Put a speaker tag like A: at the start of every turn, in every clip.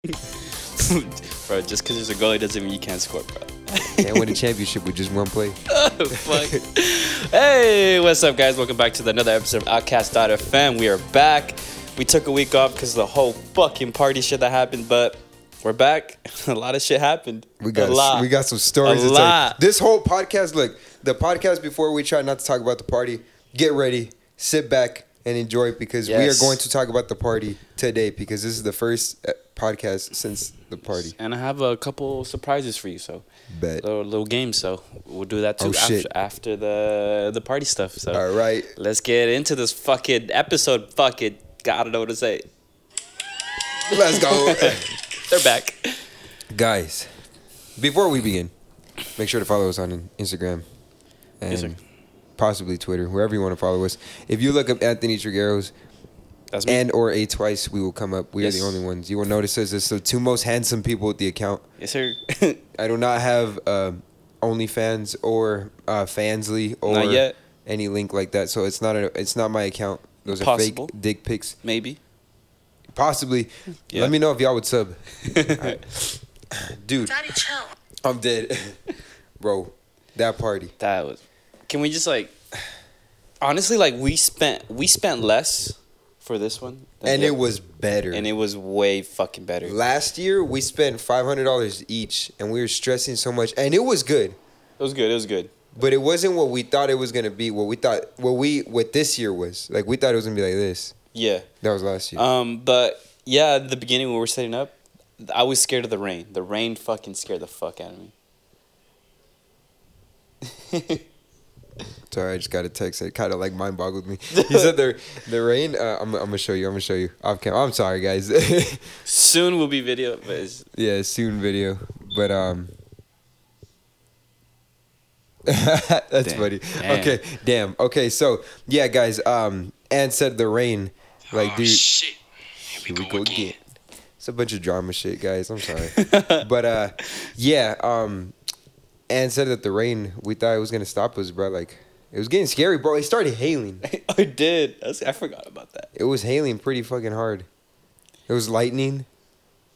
A: bro, just because there's a goalie doesn't mean you can't score, bro.
B: Can't win a championship with just one play.
A: Fuck. hey, what's up, guys? Welcome back to the- another episode of Outcast.fm. We are back. We took a week off because the whole fucking party shit that happened, but we're back. a lot of shit happened.
B: We
A: a lot.
B: got we got some stories.
A: A
B: to tell you.
A: lot.
B: This whole podcast, look, the podcast before we try not to talk about the party. Get ready, sit back, and enjoy it because we
A: Yes.
B: are going to talk about the party today because this is the first uh, podcast since the party.
A: And I have a couple surprises for you, so
B: Bet.
A: little, little games. So we'll do that too
B: Oh,
A: after,
B: shit.
A: after the the party stuff. So
B: All right.
A: let's get into this fucking episode. Fuck it, I don't know what to say.
B: Let's go.
A: They're back.
B: Guys, before we begin, make sure to follow us on Instagram and
A: Yes, sir.
B: possibly Twitter, wherever you want to follow us. If you look up Anthony Trigueros
A: That's me.
B: and or A Twice, we will come up. We
A: Yes.
B: are the only ones. You will notice us as the two most handsome people with the account.
A: yes, sir.
B: I do not have um OnlyFans or uh, Fansly or
A: Not yet.
B: any link like that. So it's not a, it's not my account. Those are
A: Possible.
B: fake dick pics.
A: Maybe.
B: Possibly.
A: Yeah.
B: Let me know if y'all would sub. Dude,
C: Daddy, chill.
B: I'm dead. Bro, that party.
A: That was. Can we just like, honestly, like we spent we spent less for this one, than
B: And
A: the-
B: it was better.
A: and it was way fucking better. It
B: Last year we spent five hundred dollars each and we were stressing so much and it was good.
A: was good. It was good.
B: But it wasn't what we thought it was gonna be, what we thought what we what this year was. Like we thought it was gonna be like this.
A: Yeah.
B: That was last year.
A: Um, but yeah, at the beginning when we were setting up, I was scared of the rain. The rain fucking scared the fuck out of me.
B: Sorry, I just got a text. It kind of like mind boggled me. He said the the rain. Uh, I'm I'm gonna show you. I'm gonna show you off camera. I'm sorry, guys.
A: Soon will be video, but it's,
B: yeah, soon video. But um, that's
A: Damn.
B: funny.
A: Damn.
B: Okay, damn. Okay, so yeah, guys. Um, and said the rain. Like, dude,
C: shit.
B: here we go again. It's a bunch of drama shit, guys. I'm sorry. but uh, yeah. Um, and said that the rain. We thought it was gonna stop us, bro. Like, it was getting scary, bro. It started hailing.
A: I did. I, was- I forgot about that.
B: It was hailing pretty fucking hard. It was lightning.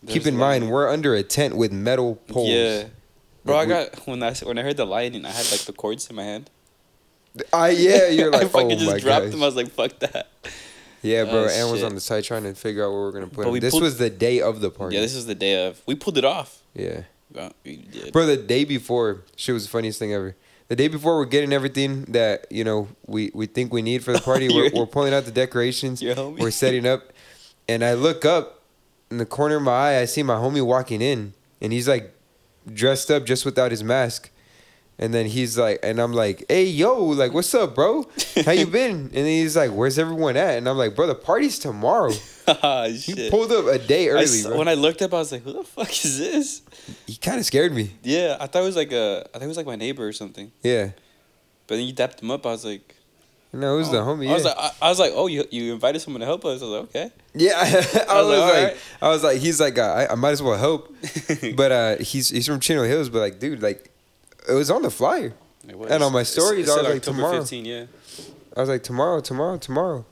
B: Keep
A: There's
B: in mind,
A: lightning.
B: we're under a tent with metal poles.
A: Yeah. Bro, I
B: Like, we-
A: got when I s- when I heard the lightning, I had like the cords in my hand.
B: I yeah, you're
A: I
B: like,
A: fucking
B: oh
A: just
B: my
A: dropped
B: gosh.
A: them. I was like, fuck that.
B: Yeah, bro.
A: Oh,
B: Ann was
A: shit.
B: on the site trying to figure out where we're gonna put
A: But we
B: him. This
A: pulled-
B: was the day of the party.
A: Yeah, this is the day of. We pulled it off.
B: yeah,
A: Bro, we did.
B: bro. The day before, shit was the funniest thing ever. The day before, we're getting everything that you know we, we think we need for the party. we're,
A: You're-
B: we're pulling out the decorations.
A: Your homie.
B: We're setting up, and I look up in the corner of my eye. I see my homie walking in, and he's like dressed up just without his mask. And then he's like, and I'm like, hey yo, like what's up, bro? How you been? And then he's like, where's everyone at? And I'm like, bro, the party's tomorrow.
A: Ah,
B: You
A: shit.
B: pulled up a day
A: I
B: early,
A: s-
B: bro.
A: when I looked up, I was like, "Who the fuck is this?"
B: he kind of scared me.
A: Yeah, I thought it was like a, I think it was like my neighbor or something.
B: Yeah.
A: But then you dapped him up. I was like,
B: No, it was the
A: oh.
B: homie.
A: I was
B: yeah.
A: like, I, I was like, oh, you you invited someone to help us. I was like, okay.
B: Yeah, I,
A: I was
B: was
A: like, "All
B: like,
A: right."
B: I was like, he's like, uh, I, I might as well help, but uh, he's he's from Chino Hills, but like, dude, like, it was on the flyer.
A: It
B: And on my
A: It's-
B: stories,
A: it
B: I
A: said
B: was like,
A: October
B: tomorrow.
A: 15, yeah.
B: I was like, tomorrow, tomorrow, tomorrow.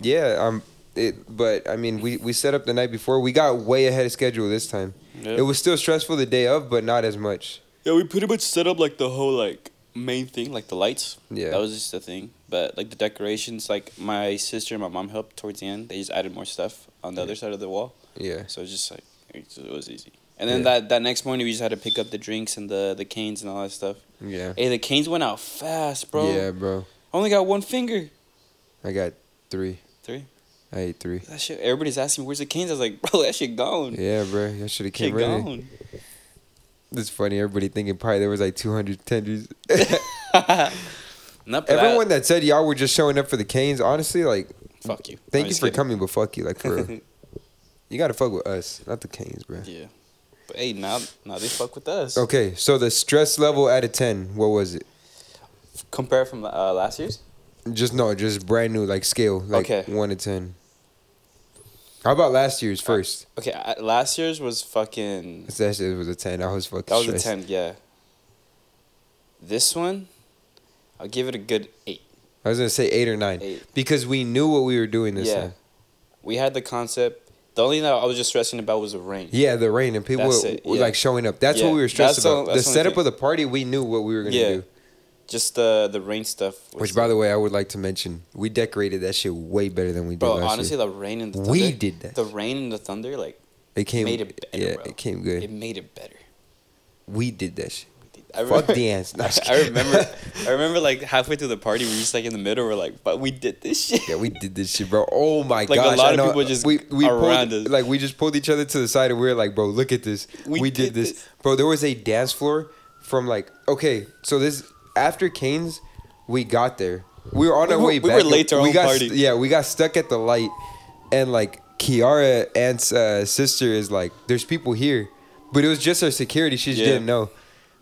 B: Yeah, um, it. But I mean, we we set up the night before. We got way ahead of schedule this time.
A: Yeah.
B: It was still stressful the day of, but not as much.
A: Yeah, we pretty much set up like the whole like main thing, like the lights.
B: Yeah.
A: That was just the thing. But like the decorations, like my sister and my mom helped towards the end. They just added more stuff on the other side of the wall.
B: Yeah,
A: So it's just like it's- it was easy. And then
B: Yeah.
A: that, that next morning we just had to pick up the drinks and the, the canes and all that stuff.
B: yeah,
A: Hey, the canes went out fast, bro.
B: yeah, bro.
A: I only got one finger.
B: I got three.
A: Three.
B: I ate three.
A: That shit. Everybody's asking me where's the canes. I was like, bro, that shit gone.
B: Yeah, bro. I should
A: Shit
B: have came ready.
A: gone.
B: It's funny. Everybody thinking probably there was like two hundred tenders.
A: Not for that.
B: Everyone that said y'all were just showing up for the Canes, honestly, like,
A: Fuck you.
B: thank
A: I'm
B: you
A: just
B: for
A: kidding.
B: coming, but fuck you, like, for real. you gotta fuck with us, not the Canes, bro.
A: Yeah. But hey, now now they fuck with us.
B: Okay, so the stress level out of ten, what was it?
A: Compare from uh, last year's.
B: Just no, just brand new, like scale, like
A: Okay. Uh,
B: one to ten. How about last year's first?
A: Okay, I, last year's was fucking.
B: That shit was a ten. I was fucking.
A: That was a
B: stressed.
A: ten. Yeah. This one, I'll give it a good eight.
B: I was gonna say eight or nine
A: Eight.
B: because we knew what we were doing this
A: yeah.
B: time.
A: We had the concept. The only thing that I was just stressing about was the rain.
B: Yeah, the rain and people
A: That's
B: were,
A: it,
B: were,
A: yeah.
B: like showing up. That's
A: Yeah,
B: what we were stressed
A: that's the-
B: about. The,
A: that's the only
B: setup
A: thing.
B: of the party, we knew what we were gonna
A: Yeah.
B: do.
A: Just the the rain stuff. was-
B: Which, by the way, I would like to mention, we decorated that shit way better than we did
A: bro,
B: last
A: honestly,
B: year.
A: the rain and the thunder,
B: We did that.
A: The rain and the thunder, like
B: It came,
A: made it better.
B: yeah,
A: bro.
B: it came good.
A: It made it better.
B: we did that shit.
A: We did- I
B: Fuck
A: remember-
B: dance. No, I'm just
A: I
B: kidding.
A: remember. I remember like halfway through the party, we were just like in the middle. We're like, but we did this shit.
B: Yeah, we did this shit, bro. Oh my
A: Like, a
B: gosh!
A: lot
B: I
A: of
B: know.
A: people just
B: we we
A: around
B: pulled,
A: us.
B: like we just pulled each other to the side and we were like, bro, look at this. We, did, this. bro. There was a dance floor from like okay, so this after Canes, we got there. We were on
A: We
B: our
A: were-
B: way
A: we
B: back.
A: were late to our
B: we
A: own
B: got,
A: party.
B: Yeah, we got stuck at the light, and like Kiara Ant's uh, sister is like, there's people here, but it was just our security. She just
A: Yeah.
B: didn't know.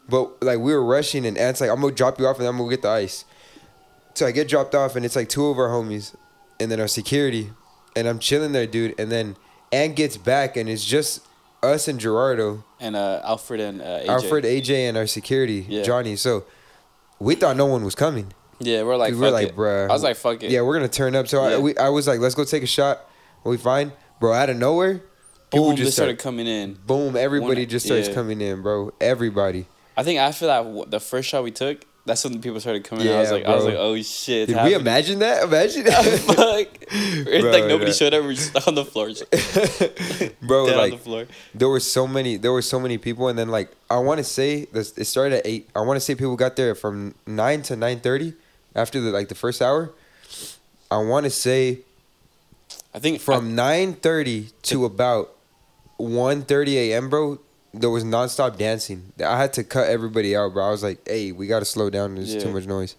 B: But like we were rushing, and Ant's like, I'm gonna drop you off, and I'm gonna get the ice. So I get dropped off, and it's like two of our homies, and then our security, and I'm chilling there, dude. And then Ant gets back, and it's just us and Gerardo,
A: And uh, Alfred and uh, AJ.
B: Alfred, AJ, and our security,
A: Yeah.
B: Johnny. So we thought no one was coming.
A: Yeah, we're like,
B: we were
A: fuck
B: like,
A: it.
B: bruh.
A: I was like, fuck it.
B: Yeah, we're gonna turn up. So
A: Yeah.
B: I, we, I was like, let's go take a shot. We find, bro, out of nowhere, people
A: boom. Just
B: just
A: started
B: start,
A: coming in.
B: boom, everybody
A: One-
B: just starts
A: yeah.
B: coming in, bro. Everybody.
A: I think after that, w- the first shot we took, that's when people started coming. in. I was
B: Yeah,
A: like, I was
B: bro.
A: like, oh shit.
B: Did we
A: happening.
B: imagine that? Imagine
A: Fuck. It's
B: Bro,
A: like nobody
B: yeah.
A: showed up. We're just on the floor, just dead
B: that, bro.
A: on
B: like
A: the floor.
B: there were so many there were so many people and then like i want to say this it started at 8 i want to say people got there from 9 to 9.30 after the like the first hour i want to say
A: I think
B: from 9.30 to about 1.30 a.m bro there was nonstop dancing i had to cut everybody out bro i was like hey we gotta slow down there's
A: Yeah.
B: too much noise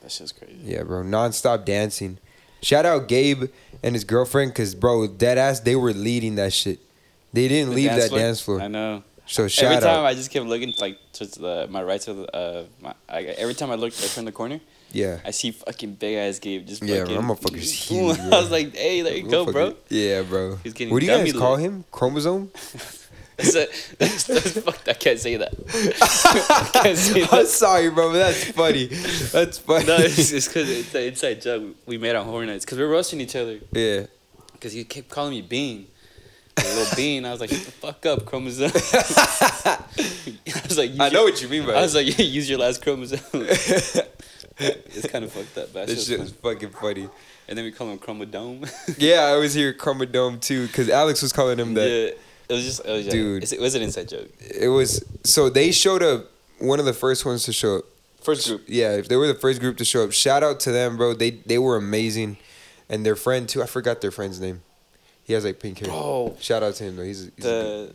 A: I, that shit's crazy.
B: yeah bro nonstop dancing shout out gabe and his girlfriend because bro dead ass they were leading that shit they didn't
A: The
B: leave that dance floor
A: I know.
B: so shout
A: every
B: out
A: time I just kept looking like to the, my right to the, uh, my, I, every time I looked I turned the corner,
B: Yeah.
A: I see fucking big ass Gabe just
B: Yeah,
A: fucking.
B: bro, that motherfucker's huge,
A: I
B: bro.
A: was like, hey, there you go,
B: Motherfucker-
A: bro.
B: Yeah, bro.
A: He's getting
B: what do you guys
A: dummy
B: call
A: lit.
B: him? Chromosome?
A: That's a, that's, that's fucked. I can't say that. I can't say
B: I'm
A: that.
B: sorry, bro, but that's funny. That's funny.
A: No, it's just because it's an inside joke we made on Horror Nights because we're roasting each other.
B: yeah.
A: Because he kept calling me Bean. Like, little Bean. I was like, shut the fuck up, chromosome. I was like,
B: I
A: use
B: know
A: your-
B: what you mean by
A: I was
B: that.
A: like, use your last chromosome. it's kind of fucked up, but that
B: This
A: shit
B: shit
A: was
B: is
A: fun.
B: fucking funny.
A: And then we call him Chromodome.
B: Yeah, I always hear Chromodome too, because Alex was calling him that.
A: yeah. It was just, it was,
B: Dude.
A: Dude. it was an inside joke.
B: It was so they showed up. One of the first ones to show up.
A: First group.
B: Yeah, if they were the first group to show up, shout out to them, bro. They they were amazing, and their friend too. I forgot their friend's name. He has like pink hair.
A: Bro.
B: Shout out to him though. He's, he's a
A: The
B: good-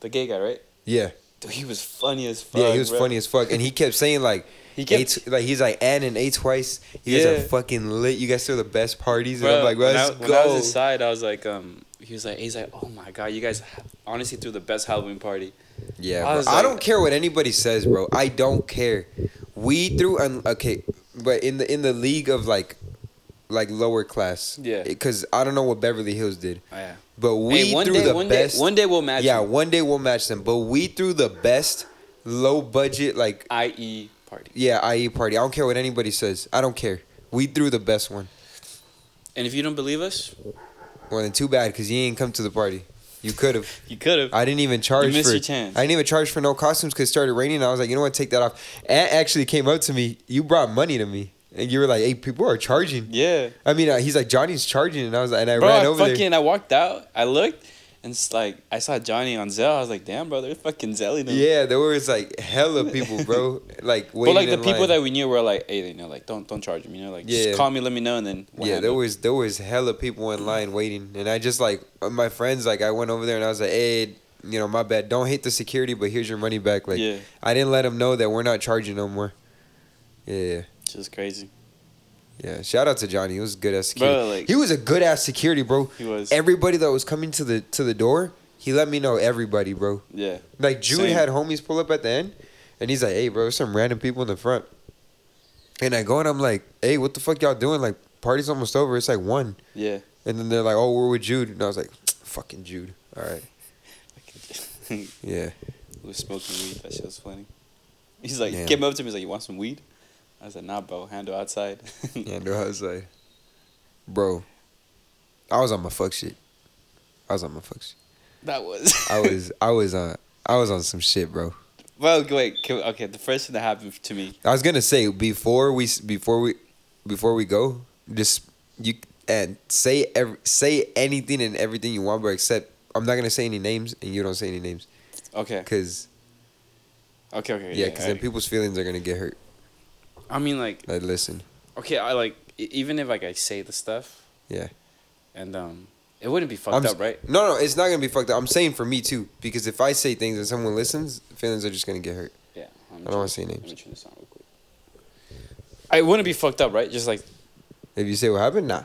A: the gay guy, right?
B: yeah.
A: Dude, he was funny as fuck.
B: Yeah, he was
A: bro.
B: funny as fuck, and he kept saying like,
A: He
B: he
A: kept-
B: like he's like and and a twice. You guys
A: Yeah.
B: are fucking lit. You guys throw the best parties,
A: Bro,
B: and I'm like,
A: when,
B: let's
A: I, when I
B: go.
A: was inside, I was like, um, he was like, he's like, oh my god, you guys honestly threw the best Halloween party.
B: yeah,
A: I
B: bro.
A: was
B: I
A: like-
B: don't care what anybody says, bro. I don't care. We threw un- okay, but in the in the league of like, like lower class,
A: Yeah.
B: Because I don't know what Beverly Hills did,
A: Oh, yeah.
B: but we
A: hey, one
B: threw
A: day,
B: the
A: one
B: best.
A: Day, one day we'll match.
B: yeah,
A: you.
B: one day we'll match them, but we threw the best low budget like
A: IE E party.
B: yeah IE party. I don't care what anybody says. I don't care. We threw the best one.
A: And if you don't believe us,
B: Well, then too bad because you ain't come to the party. You could have.
A: you could have.
B: I didn't even charge
A: You missed
B: for.
A: your chance.
B: I didn't even charge for no costumes because it started raining. And I was like, you know what? Take that off. Aunt actually came up to me. You brought money to me, and you were like, hey, people are charging.
A: Yeah.
B: I mean, uh, he's like Johnny's charging, and I was like, and I
A: Bro,
B: ran
A: I
B: over
A: fucking
B: there.
A: I walked out. I looked and it's like I saw Johnny on Zell. I was like, damn, bro, they're fucking zelling them.
B: Yeah, there was like hella people, bro. Like
A: But
B: waiting.
A: like the
B: in
A: people
B: line.
A: that we knew were like, hey, you know, like don't don't charge them, you know, like
B: Yeah.
A: just call me, let me know, and then we'll
B: yeah, there
A: handle it.
B: was there was hella people in line waiting, and I just like uh, my friends like I went over there and I was like, hey, you know, my bad. Don't hate the security, but here's your money back. Like,
A: Yeah.
B: I didn't let them know that we're not charging no more. Yeah,
A: just crazy.
B: yeah. Shout out to Johnny. He was good ass security.
A: Bro, like-
B: he was a good ass security, bro.
A: He was
B: Everybody that was coming to the to the door, he let me know everybody, bro.
A: yeah.
B: Like Jude
A: Same.
B: had homies pull up at the end, and he's like, "Hey, bro, some random people in the front." And I go and I'm like, "Hey, what the fuck y'all doing? Like, party's almost over. It's like one."
A: Yeah.
B: And then they're like, "Oh, we're with Jude," and I was like, "Fucking Jude." All right.
A: we
B: Yeah.
A: was smoking weed, that shit was funny. He's like
B: Yeah.
A: came up to me, he's like, You want some weed? I was like, nah bro, handle outside.
B: Yeah. No, I was like, bro, I was on my fuck shit. I was on my fuck shit.
A: That was.
B: I was I was on I was on some shit, bro.
A: well, wait. Can, okay, the first thing that happened to me.
B: I was gonna say before we before we before we go, just you and say every, say anything and everything you want, but except I'm not gonna say any names and you don't say any names
A: Okay.
B: because
A: Okay. Okay.
B: yeah, because then
A: alright.
B: people's feelings are gonna get hurt.
A: I mean, like,
B: Like listen,
A: okay, I like e- even if like I say the stuff.
B: Yeah.
A: And um, it wouldn't be fucked
B: I'm s-
A: up, right?
B: No, no, it's not gonna be fucked up. I'm saying for me too because if I say things and someone listens, feelings are just gonna get hurt.
A: Yeah. I'm
B: I don't want to say names.
A: Let me turn this on real quick. I wouldn't be fucked up, right? Just like
B: If you say what happened, nah,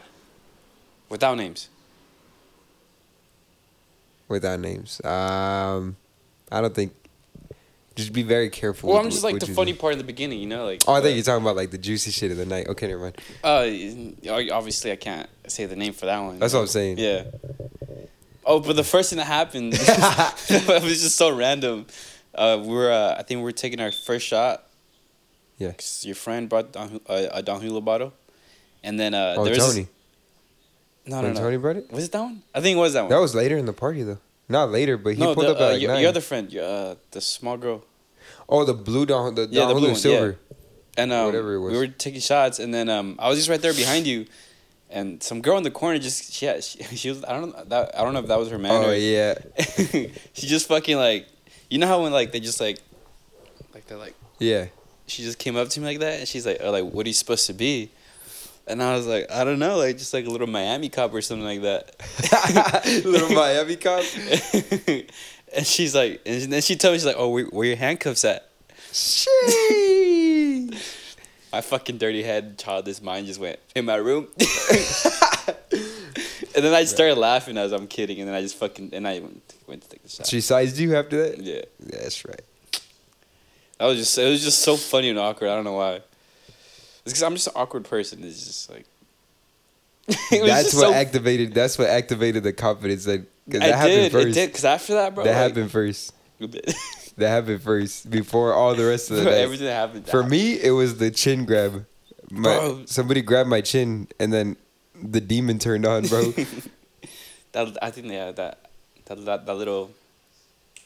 A: without names.
B: without names. Um, I don't think. Just be very careful.
A: Well,
B: with
A: I'm
B: wh-
A: just like
B: what
A: the
B: you do.
A: funny part in the beginning, you know, like.
B: Oh, I think
A: uh,
B: you're talking about like the juicy shit of the night. Okay, never mind.
A: Uh, y- obviously, I can't say the name for that one.
B: That's what I'm saying.
A: Yeah. Oh, but the first thing that happened, it was just so random. Uh, we were, uh, I think we were taking our first shot.
B: Yeah.
A: 'cause your friend brought Don, uh, a Don Julio bottle, and then uh,
B: oh,
A: there was this-
B: Tony.
A: no, no,
B: When
A: no.
B: Tony brought it?
A: Was it that one? I think it was that one.
B: That was later in the party though. Not later, but he
A: no,
B: pulled
A: the,
B: up at
A: uh,
B: like
A: your,
B: nine.
A: your other friend, your, uh, the small girl.
B: oh, the blue Don, the Don
A: Yeah, the blue
B: Julio
A: one,
B: silver.
A: And um,
B: Whatever it was.
A: we were taking shots, and then um, I was just right there behind you, and some girl in the corner just she had, she, she was I don't know that I don't know if that was her man
B: Oh
A: or
B: yeah,
A: she just fucking like you know how when like they just like like they're like
B: yeah.
A: she just came up to me like that and she's like oh, like what are you supposed to be and I was like I don't know like just like a little Miami cop or something like that
B: Little Miami cop.
A: and she's like and then she told me she's like oh where, where your handcuffs at
B: Sheesh.
A: my fucking dirty head childish mind just went in my room and then I just started laughing as I'm kidding and then I just fucking and I went, went to take the shot
B: She sized you after that.
A: yeah
B: That's right.
A: I was just it was just so funny and awkward. I don't know why. It's because I'm just an awkward person. It's just like it was
B: That's
A: just
B: what
A: so-
B: activated. That's what activated the confidence that because
A: I
B: that happened
A: did.
B: first.
A: It did because after that, bro,
B: that
A: like,
B: happened first. That happened first before all the rest of the
A: bro,
B: night.
A: everything that happened
B: For me, it was the chin grab. My,
A: Bro.
B: Somebody grabbed my chin, and then the demon turned on, bro.
A: That I think yeah, that that that, that little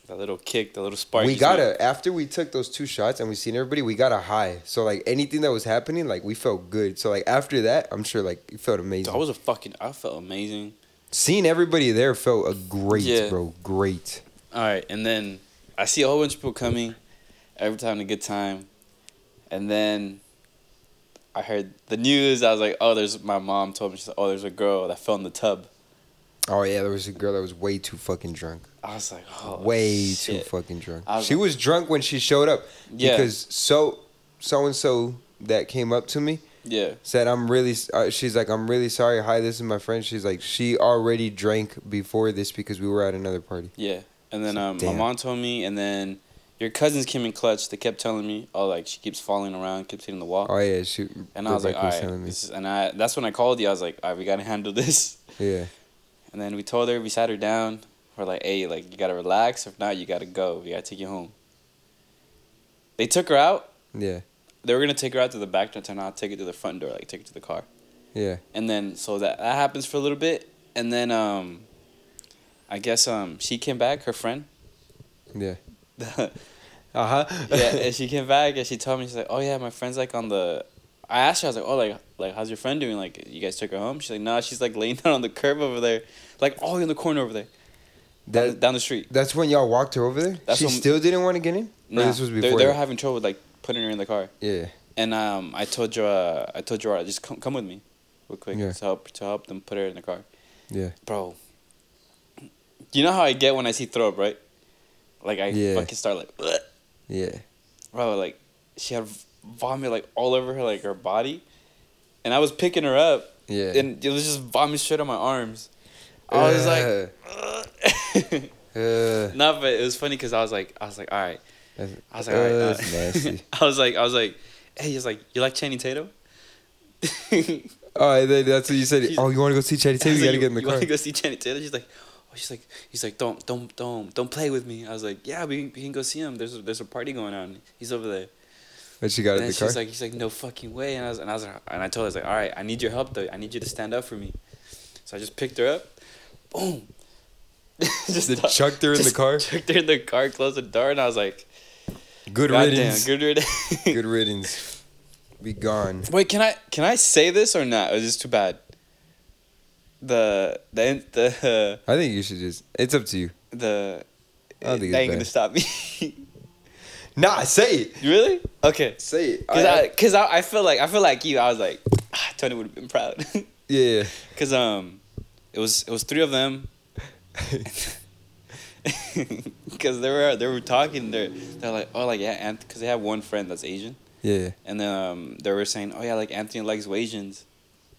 A: that little kick, that little spark.
B: we
A: just
B: got
A: went-
B: to after we took those two shots and we seen everybody, we got a high. So like anything that was happening, like we felt good. So like after that, I'm sure like it felt amazing.
A: Dude, I was a fucking. I felt amazing.
B: Seeing everybody there felt a great,
A: Yeah.
B: bro, great.
A: All right, and then I see a whole bunch of people coming, every time a good time, and then I heard the news. I was like, "Oh, there's my mom told me. She's like, oh, there's a girl that fell in the tub."
B: Oh yeah, there was a girl that was way too fucking drunk.
A: I was like, "Oh,
B: way
A: shit.
B: too fucking drunk.
A: I was
B: she
A: like-
B: was drunk when she showed up.
A: Yeah.
B: Because so so and so that came up to me
A: Yeah,
B: said I'm really uh, she's like I'm really sorry. Hi, this is my friend. She's like she already drank before this because we were at another party.
A: yeah. And then
B: So,
A: um, my
B: damn.
A: mom told me, and then your cousins came in clutch. They kept telling me, "Oh, like she keeps falling around, keeps hitting the wall."
B: Oh yeah, she
A: and I was like,
B: Rebecca
A: "All right,"
B: telling me.
A: this is, and I that's when I called you. I was like, "All right, we gotta handle this."
B: Yeah.
A: And then we told her, we sat her down. We're like, hey, like you gotta relax. If not, you gotta go. We gotta take you home. They took her out.
B: Yeah.
A: They were gonna take her out to the back door, turn out, take her to the front door, like take her to the car.
B: Yeah.
A: And then so that that happens for a little bit, and then um, I guess um she came back, her friend.
B: Yeah.
A: yeah,
B: Uh-huh.
A: and she came back and she told me she's like, oh yeah, my friend's like on the. I asked her, I was like, oh like like how's your friend doing? Like you guys took her home? She's like, nah, she's like laying down on the curb over there, like all in the corner over there, down,
B: that
A: down the street.
B: that's when y'all walked her over there.
A: That's
B: she
A: when-
B: still didn't want to get in. Or
A: No,
B: this was
A: They,
B: before.
A: they were
B: that?
A: having trouble like putting her in the car,
B: yeah.
A: and um, I told you, uh, I told Gerard, just come, come with me, real quick
B: Yeah.
A: to help to help them put her in the car,
B: Yeah.
A: bro. You know how I get when I see throw up, right? Like I
B: Yeah.
A: fucking start like, "Ugh."
B: Yeah.
A: bro, like she had vomit like all over her like her body, and I was picking her up,
B: Yeah.
A: and it was just vomit straight on my arms. I was like, "Ugh."
B: uh, uh,
A: no, but it was funny because I was like, I was like, all right.
B: that's-
A: I was like,
B: uh,
A: all right, uh,
B: that's nasty.
A: I was like, I was like, hey, he's like, you like Channing Tatum? He's
B: Oh, and then that's what you said.
A: She's-
B: oh, you want to go see Chatty Tatum? You
A: like,
B: got to get in the
A: you want
B: car.
A: to go see Channing Tatum? She's like, oh, she's like, he's like, don't, don't, don't, don't play with me. I was like, yeah, we, we can go see him. There's a, there's a party going on. He's over there.
B: But she got
A: And
B: in
A: then
B: the
A: she's
B: car.
A: like, he's like, no fucking way. And I was, and I was, like- and I told her, I was like, all right, I need your help though. I need you to stand up for me. So I just picked her up, boom, just
B: Just chucked her in the
A: just
B: car?
A: Chucked her in the car, closed the door, and I was like,
B: Good
A: God damn,
B: riddance.
A: good riddance.
B: good. riddance. Be gone.
A: Wait, can I can I say this or not? Or is this too bad? The the the
B: I think you should just. It's up to you.
A: the
B: I don't think
A: that
B: it's
A: ain't gonna
B: bad.
A: stop me.
B: Nah, say it.
A: really? Okay.
B: Say it.
A: Cause
B: I-
A: I, cause I, I feel like I feel like you. I was like, ah, Tony would have been proud.
B: yeah.
A: Cause um, it was it was three of them. Cause they were they were talking. They're they're like oh like yeah, and cause they have one friend that's Asian,
B: Yeah.
A: and then um, they were saying oh yeah like Anthony likes Asians.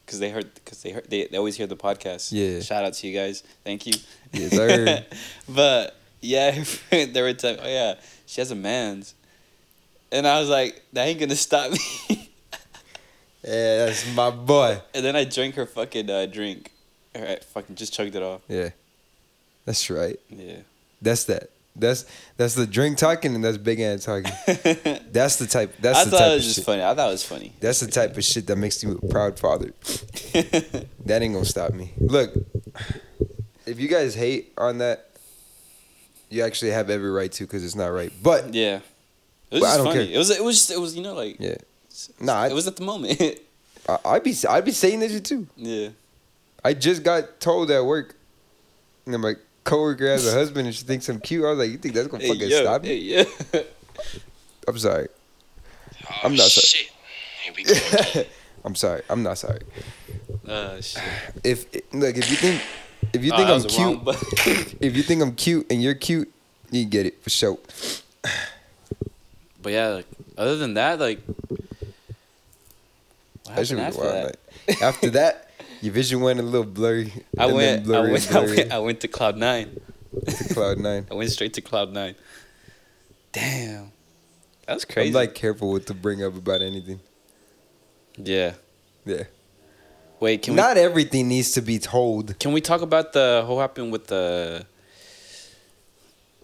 A: Cause they heard, cause they heard, they, they always hear the podcast.
B: Yeah.
A: Shout out to you guys. Thank you.
B: Yes, sir.
A: but yeah, they were telling, oh yeah, she has a man's, and I was like, that ain't gonna stop me.
B: Yeah, that's my boy.
A: And then I drank her fucking uh, drink. All right, fucking just chugged it off.
B: Yeah. That's right.
A: Yeah.
B: That's that. That's that's the drink talking and that's big hand talking. That's the type. That's
A: I
B: the
A: thought
B: type
A: it
B: of
A: was just
B: shit.
A: funny. I thought it was funny.
B: That's the type of shit that makes you a proud father. That ain't gonna stop me. Look, if you guys hate on that, you actually have every right to because it's not right. But
A: yeah. It was
B: But I
A: just
B: don't
A: funny.
B: care.
A: It was it was just it was you know like
B: yeah, nah,
A: it
B: I,
A: was at the moment.
B: I, I'd be I'd be saying this shit too.
A: yeah.
B: I just got told at work, and my coworker has a husband and she thinks I'm cute. I was like, you think that's gonna
A: Hey,
B: fucking
A: yo,
B: stop me?
A: hey, yeah.
B: I'm sorry.
C: Oh,
B: I'm not sorry.
C: shit. Here we go.
B: I'm sorry. I'm not sorry.
A: Uh, shit.
B: If look, if you think if you
A: Oh,
B: think
A: that
B: I'm
A: was
B: cute,
A: wrong button.
B: if you think I'm cute and you're cute, you get it for sure.
A: but yeah, like, other than that, like. What
B: That should
A: happened
B: be
A: after
B: wild.
A: that?
B: like, after that, your vision went a little blurry.
A: I
B: and then
A: went, I
B: blurry,
A: went, I
B: blurry
A: went, I went to cloud nine.
B: to cloud nine.
A: I went straight to cloud nine. Damn, that was crazy.
B: I'm like careful what to bring up about anything.
A: yeah.
B: Yeah,
A: Wait, can we
B: not everything needs to be told.
A: Can we talk about the whole happened with the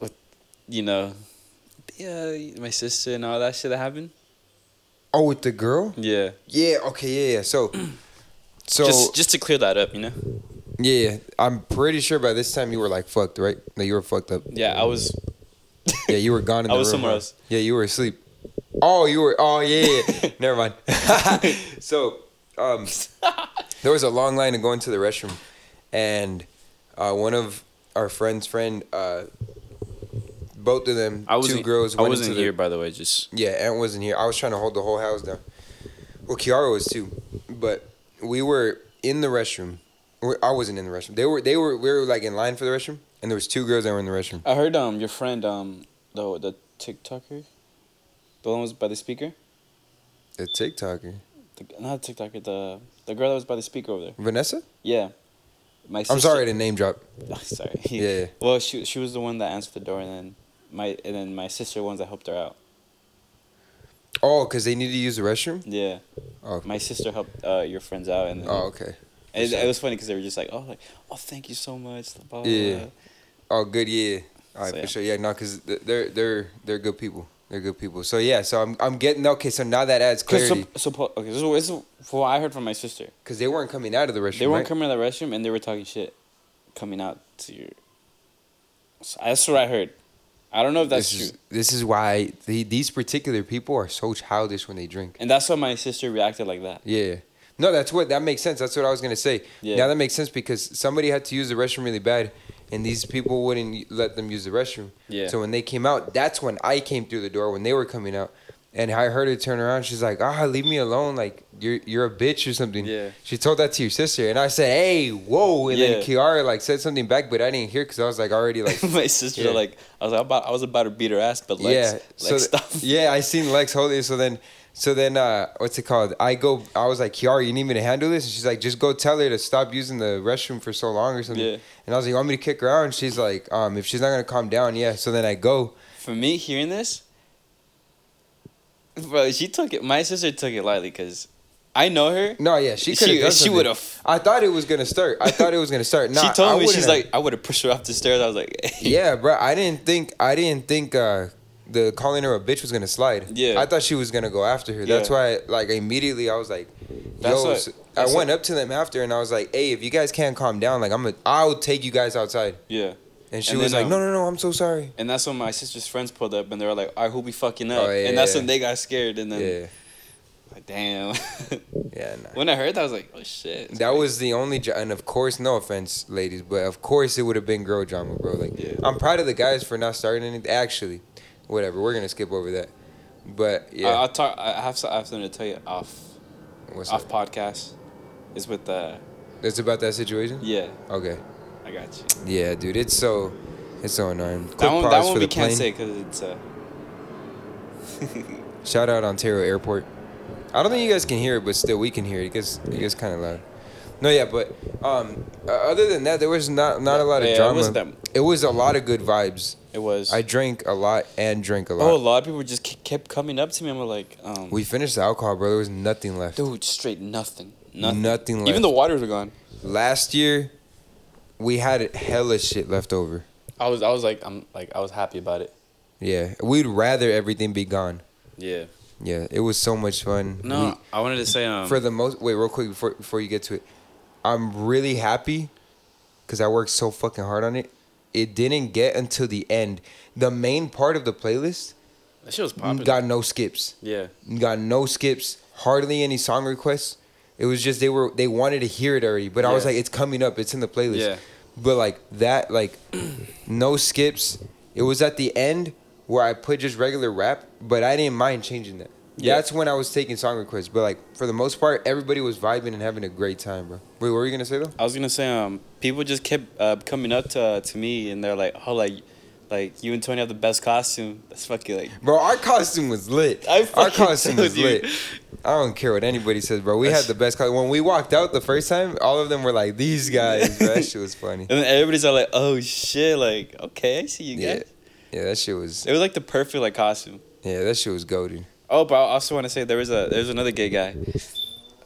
A: with you know yeah my sister and all that shit that happened?
B: Oh, with the girl?
A: Yeah.
B: Yeah. Okay. Yeah. Yeah. So, so
A: just just to clear that up, you know?
B: yeah, I'm pretty sure by this time you were like fucked, right? No, you were fucked up.
A: Yeah, I was
B: Yeah, you were gone. In
A: I
B: the
A: was
B: room,
A: somewhere
B: huh?
A: else.
B: Yeah, you were asleep. Oh, you were. Oh, yeah. yeah. Never mind. so, um, there was a long line to go into the restroom, and uh, one of our friend's friend, uh, both of them,
A: I was
B: two girls.
A: I
B: went
A: wasn't
B: into the-
A: here by the way, just
B: yeah, Ant wasn't here. I was trying to hold the whole house down. Well, Kiara was too, but we were in the restroom. We- I wasn't in the restroom. They were. They were. We were like in line for the restroom, and there was two girls that were in the restroom.
A: I heard um your friend um the the TikToker the one was by the speaker?
B: The TikToker,
A: The, not the TikToker, the the girl that was by the speaker over there.
B: Vanessa.
A: Yeah. My sister,
B: I'm sorry to name drop.
A: sorry.
B: Yeah.
A: Well, she she was the one that answered the door and then my and then my sister ones that helped her out.
B: Oh, because they need to use the restroom?
A: Yeah.
B: Oh.
A: My sister helped uh, your friends out, and, then-
B: Oh, okay.
A: and it, it was funny because they were just like, "Oh, like, oh, thank you so much." Blah, blah, blah.
B: Yeah. Oh, good, yeah. All right,
A: So,
B: for
A: yeah.
B: sure. Yeah, no, because they're they're they're good people. They're good people. So yeah, so I'm I'm getting okay. So now that adds
A: 'Cause
B: clarity
A: sup- suppo- okay, this is, this is from what I heard from my sister.
B: because they weren't coming out of the restroom.
A: They weren't
B: right?
A: coming to the restroom, and they were talking shit, coming out to your. So that's what I heard. I don't know if that's
B: this
A: true,
B: Is, this is why the, these particular people are so childish when they drink.
A: and that's why my sister reacted like that.
B: Yeah. No, that's what that makes sense. That's what I was gonna say.
A: Yeah.
B: Now that makes sense because somebody had to use the restroom really bad, and these people wouldn't let them use the restroom.
A: Yeah.
B: So when they came out, that's when I came through the door when they were coming out, and I heard her turn around. She's like, "Ah, leave me alone! Like you're you're a bitch or something."
A: Yeah.
B: She told that to your sister, and I said, "Hey, whoa!" And
A: Yeah.
B: then Kiara like said something back, but I didn't hear because I was like already like.
A: my sister,
B: Yeah.
A: like, I was like, about, I was about to beat her ass, but Lex,
B: Yeah.
A: Lex
B: So th-
A: stopped.
B: yeah, I seen Lex hold it. So then, so then, uh, what's it called? I go. I was like, Kiara, you need me to handle this? And she's like, just go tell her to stop using the restroom for so long or something.
A: Yeah.
B: And I was like, you want me to kick her out? And she's like, um, if she's not gonna calm down, yeah. So then I go.
A: for me hearing this bro she took it my sister took it lightly because i know her
B: No, yeah, she
A: She-
B: could have.
A: she
B: She would
A: would've-
B: have. I thought it was gonna start. I thought it was gonna start. Nah,
A: she told
B: I
A: me she's
B: wouldn't have-
A: like i would have pushed her off the stairs i was like
B: yeah, bro. I didn't think. I didn't think. uh the calling her a bitch was gonna slide.
A: Yeah.
B: I thought she was gonna go after her. That's
A: Yeah.
B: why, like, immediately I was like,
A: That's
B: "Yo!"
A: what-
B: so- I
A: that's
B: went up to them after and I was like, "Hey, if you guys can't calm down, like, I'm gonna, I'll take you guys outside."
A: yeah
B: And she
A: And
B: was
A: then,
B: like,
A: um,
B: no, no, no, I'm so sorry.
A: And that's when my sister's friends pulled up and they were like, all right, who be fucking up?
B: Oh, yeah,
A: and that's
B: yeah.
A: when they got scared. And then,
B: Yeah,
A: like, damn.
B: yeah, nah.
A: when I heard that, I was like, oh shit.
B: That was the only, dra- and of course, no offense, ladies, but of course it would have been girl drama, bro. Like,
A: Yeah.
B: I'm proud of the guys for not starting anything. Actually, whatever, we're gonna skip over that. But
A: Yeah. I,
B: yeah,
A: I'll talk, I I have, so- I have something to tell you off
B: what's
A: off
B: up?
A: podcast. It's with, uh,
B: That's about that situation.
A: yeah,
B: Okay.
A: I got you.
B: Yeah, dude, it's so, it's so annoying. Quick
A: that one, that
B: pause
A: one
B: for
A: we
B: the
A: can't
B: plane.
A: say because it's, uh,
B: Shout out Ontario Airport. I don't think you guys can hear it, but still we can hear it. It gets it gets kind of loud. No, yeah, but um, uh, other than that, there was not not a lot of
A: Yeah, it
B: drama.
A: was them.
B: It was a lot of good vibes.
A: it was.
B: I drank a lot and drank a lot.
A: oh, a lot of people just ke- kept coming up to me. I'm like, um,
B: We finished the alcohol, bro. There was nothing left.
A: dude, straight nothing. Nothing.
B: Nothing left.
A: Even the waters were gone.
B: Last year, we had hella shit left over.
A: I was, I was like, I'm like, I was happy about it.
B: Yeah, we'd rather everything be gone.
A: Yeah.
B: Yeah, it was so much fun.
A: No,
B: We-
A: I wanted to say, um,
B: for the most wait real quick before before you get to it i'm really happy because i worked so fucking hard on it it didn't get until the end the main part of the playlist
A: that shit was popular.
B: got no skips
A: yeah.
B: got no skips hardly any song requests it was just they were they wanted to hear it already but i was
A: Yeah.
B: like it's coming up it's in the playlist
A: Yeah.
B: but like that like no skips it was at the end where i put just regular rap but i didn't mind changing that
A: Yeah.
B: that's when i was taking song requests but like for the most part everybody was vibing and having a great time bro wait what were you gonna say though
A: I was gonna say, um, people just kept uh, coming up to uh, to me and they're like, oh, like, like you and Tony have the best costume. That's fucking like.
B: bro our costume was lit
A: I
B: our
A: fucking
B: costume
A: told
B: was
A: you.
B: lit i don't care what anybody says bro we had the best costume when we walked out the first time all of them were like these guys bro. that shit was funny
A: And then everybody's all like, oh shit, like, okay, I see you
B: Yeah.
A: guys.
B: yeah that shit was
A: It was like the perfect like costume.
B: yeah that shit was goaded
A: Oh, but I also want to say there was a there's another gay guy.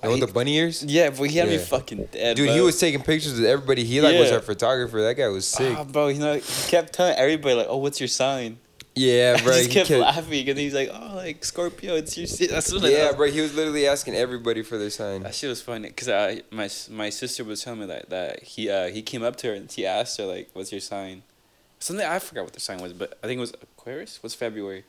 B: and with the bunny ears
A: Yeah, but he had me
B: Yeah.
A: fucking dead.
B: Dude, he
A: bro.
B: was taking pictures with everybody. He like was
A: Yeah.
B: our photographer. That guy was sick.
A: Ah, bro, you know, he kept telling everybody like, "Oh, what's your sign?"
B: yeah,
A: I
B: bro.
A: just
B: he
A: kept
B: kept-
A: laughing, and he's like, "Oh, like Scorpio, it's your." si-" That's what I
B: yeah,
A: was-
B: bro. He was literally asking everybody for their sign.
A: That shit was funny because I my s- my sister was telling me that that he uh he came up to her and he asked her like, "What's your sign?" Something I forgot what their sign was, but I think it was Aquarius. Was February?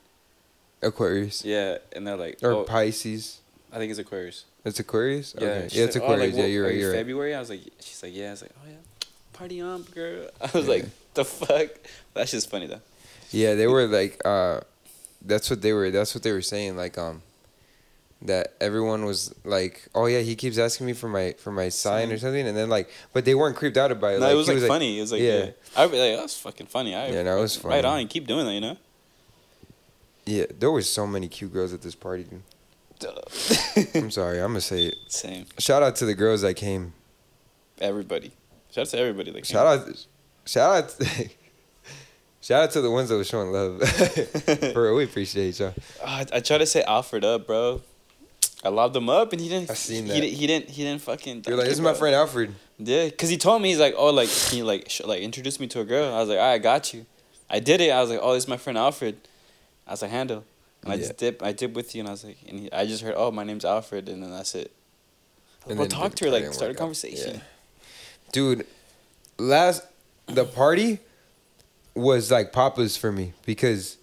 B: Aquarius
A: Yeah, and they're like,
B: or
A: "Oh,
B: Pisces.
A: I think it's Aquarius."
B: It's Aquarius.
A: Yeah,
B: okay.
A: she
B: yeah it's
A: said, "Oh, like,
B: Aquarius. yeah,
A: what-
B: you're
A: are
B: right.
A: you
B: You're right.
A: February. I was like, she's like, yeah. I was like, oh yeah, party on, girl. I was
B: Yeah.
A: like, the fuck. That's just funny though.
B: Yeah, they were like, uh, that's what they were. That's what they were saying. Like, um, that everyone was like, oh yeah, he keeps asking me for my for my sign or something, and then like, but they weren't creeped out about it.
A: No,
B: like,
A: it was
B: he
A: like funny. it was like, yeah,
B: yeah.
A: I was like, that's fucking funny. I
B: Yeah, no, it was
A: Right
B: funny.
A: on, keep doing that. You know.
B: Yeah, there was so many cute girls at this party. Dude. I'm sorry, I'm gonna say it.
A: Same.
B: Shout out to the girls that came.
A: Everybody. Shout out to everybody. Like,
B: Shout out, shout out, shout out to the ones that were showing love. For real, we appreciate y'all.
A: I, I tried to say Alfred up, bro. I lobbed him up, and he didn't.
B: I seen
A: He,
B: that.
A: di- he didn't. He didn't fucking.
B: You're like,
A: touch
B: this is
A: it,
B: my
A: bro."
B: friend Alfred.
A: Yeah, cause he told me he's like, oh, like can you like sh- like introduce me to a girl? I was like, all right, got you. I did it. I was like, oh, this is my friend Alfred. I was like, handle, and I
B: Yeah.
A: just dip. I dip with you, and I was like, and he, I just heard, oh, my name's Alfred, and then that's it.
B: And
A: Well,
B: then
A: talk
B: it
A: to her, like
B: didn't
A: start a
B: work out.
A: conversation.
B: Yeah. Dude, last the party was like papas for me because,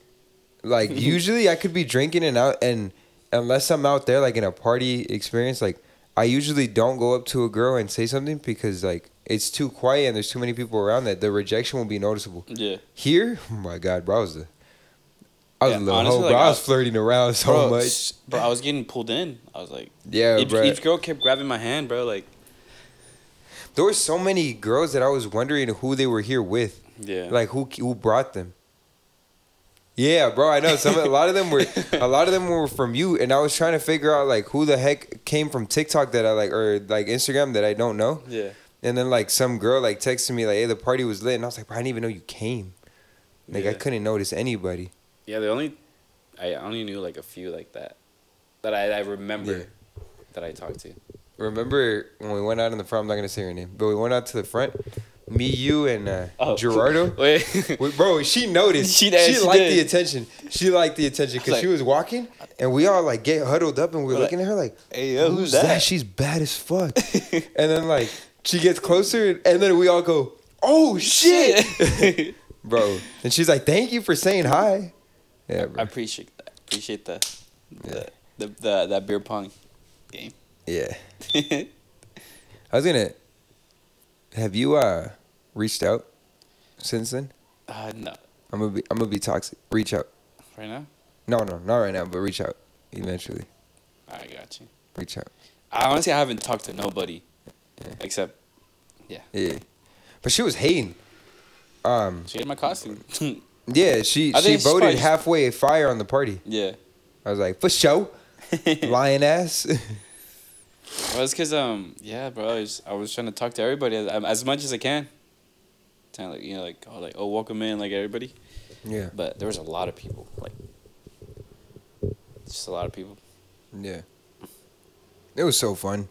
B: like, usually I could be drinking and out, and unless I'm out there like in a party experience, like I usually don't go up to a girl and say something because like it's too quiet and there's too many people around that the rejection will be noticeable.
A: Yeah,
B: Here, oh my God, bro, I was a, I was
A: Yeah,
B: a little
A: honestly,
B: hoe,
A: like,
B: bro.
A: I-
B: I was flirting around so
A: bro,
B: much.
A: s- bro, I was getting pulled in. I was like,
B: Yeah,
A: each,
B: bro.
A: each girl kept grabbing my hand, bro. Like,
B: There were so many girls that I was wondering who they were here with,
A: yeah,
B: like who who brought them. Yeah, bro, I know some. a lot of them were, a lot of them were from you, and I was trying to figure out like who the heck came from TikTok that I like or like Instagram that I don't know.
A: yeah.
B: And then like some girl like texted me like, "Hey, the party was lit," and I was like, "Bro, I didn't even know you came." Like I
A: Yeah.
B: couldn't notice anybody.
A: Yeah, the only I only knew like a few like that that I, I remember
B: Yeah.
A: that I talked to.
B: Remember when we went out in the front? I'm not gonna say her name, but we went out to the front. Me, you, and uh,
A: Oh.
B: Gerardo.
A: Wait.
B: Well, bro, she noticed.
A: She
B: She,
A: did, she
B: liked
A: did.
B: the attention. She liked the attention because
A: Like-
B: she was walking, and we all like get huddled up, and we're
A: We're like,
B: looking at her like,
A: hey,
B: "Who's that? She's bad as fuck." and then like she gets closer, and then we all go, "Oh shit!" bro. And she's like, "Thank you for saying hi." Yeah,
A: I
B: bro.
A: appreciate that. appreciate the,
B: Yeah.
A: the, the, the that beer pong game.
B: yeah.
A: I
B: I was gonna. Have you uh reached out since then?
A: uh, no,
B: I'm gonna be I'm gonna be toxic. Reach out.
A: right now.
B: No, no, not right now, but reach out eventually.
A: I got you.
B: Reach out.
A: I honestly I haven't talked to nobody except
B: Yeah. But she was hating. Um.
A: she had my costume.
B: Yeah. She
A: I think
B: she
A: she's
B: voted
A: probably-
B: halfway fire on the party.
A: yeah,
B: I was like, for show,
A: well,
B: lion ass.
A: it's cause um yeah, bro. I was, I was trying to talk to everybody as, as much as I can. Kind of like you know like oh like oh welcome in like everybody,
B: yeah.
A: but there was a lot of people like just a lot of people.
B: Yeah. It was so fun.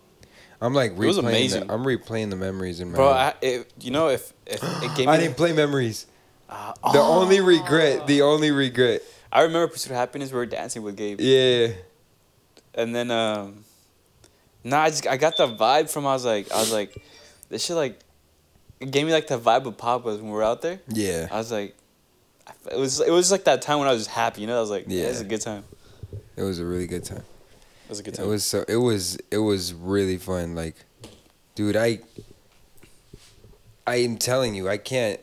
B: I'm like replaying.
A: It was
B: the-
A: amazing.
B: I'm replaying the memories in my
A: Bro,
B: head.
A: I, it, you know if, if it gave me
B: I didn't play memories.
A: Ah,
B: The only regret. The only regret.
A: I remember Pursuit of Happiness. We were dancing with Gabe,
B: Yeah.
A: and then um, nah, I just I got the vibe from. I was like, I was like, this shit like, it gave me like the vibe of Papa's when we were out there. I
B: Yeah.
A: was like, I f- it was it was like that time when I was just happy, you know. I was like, yeah,
B: Yeah.
A: it's a good time.
B: It was a really good time.
A: It was a good
B: It
A: time.
B: was so. It was. It was really fun. Like, dude, I. I am telling you, I can't.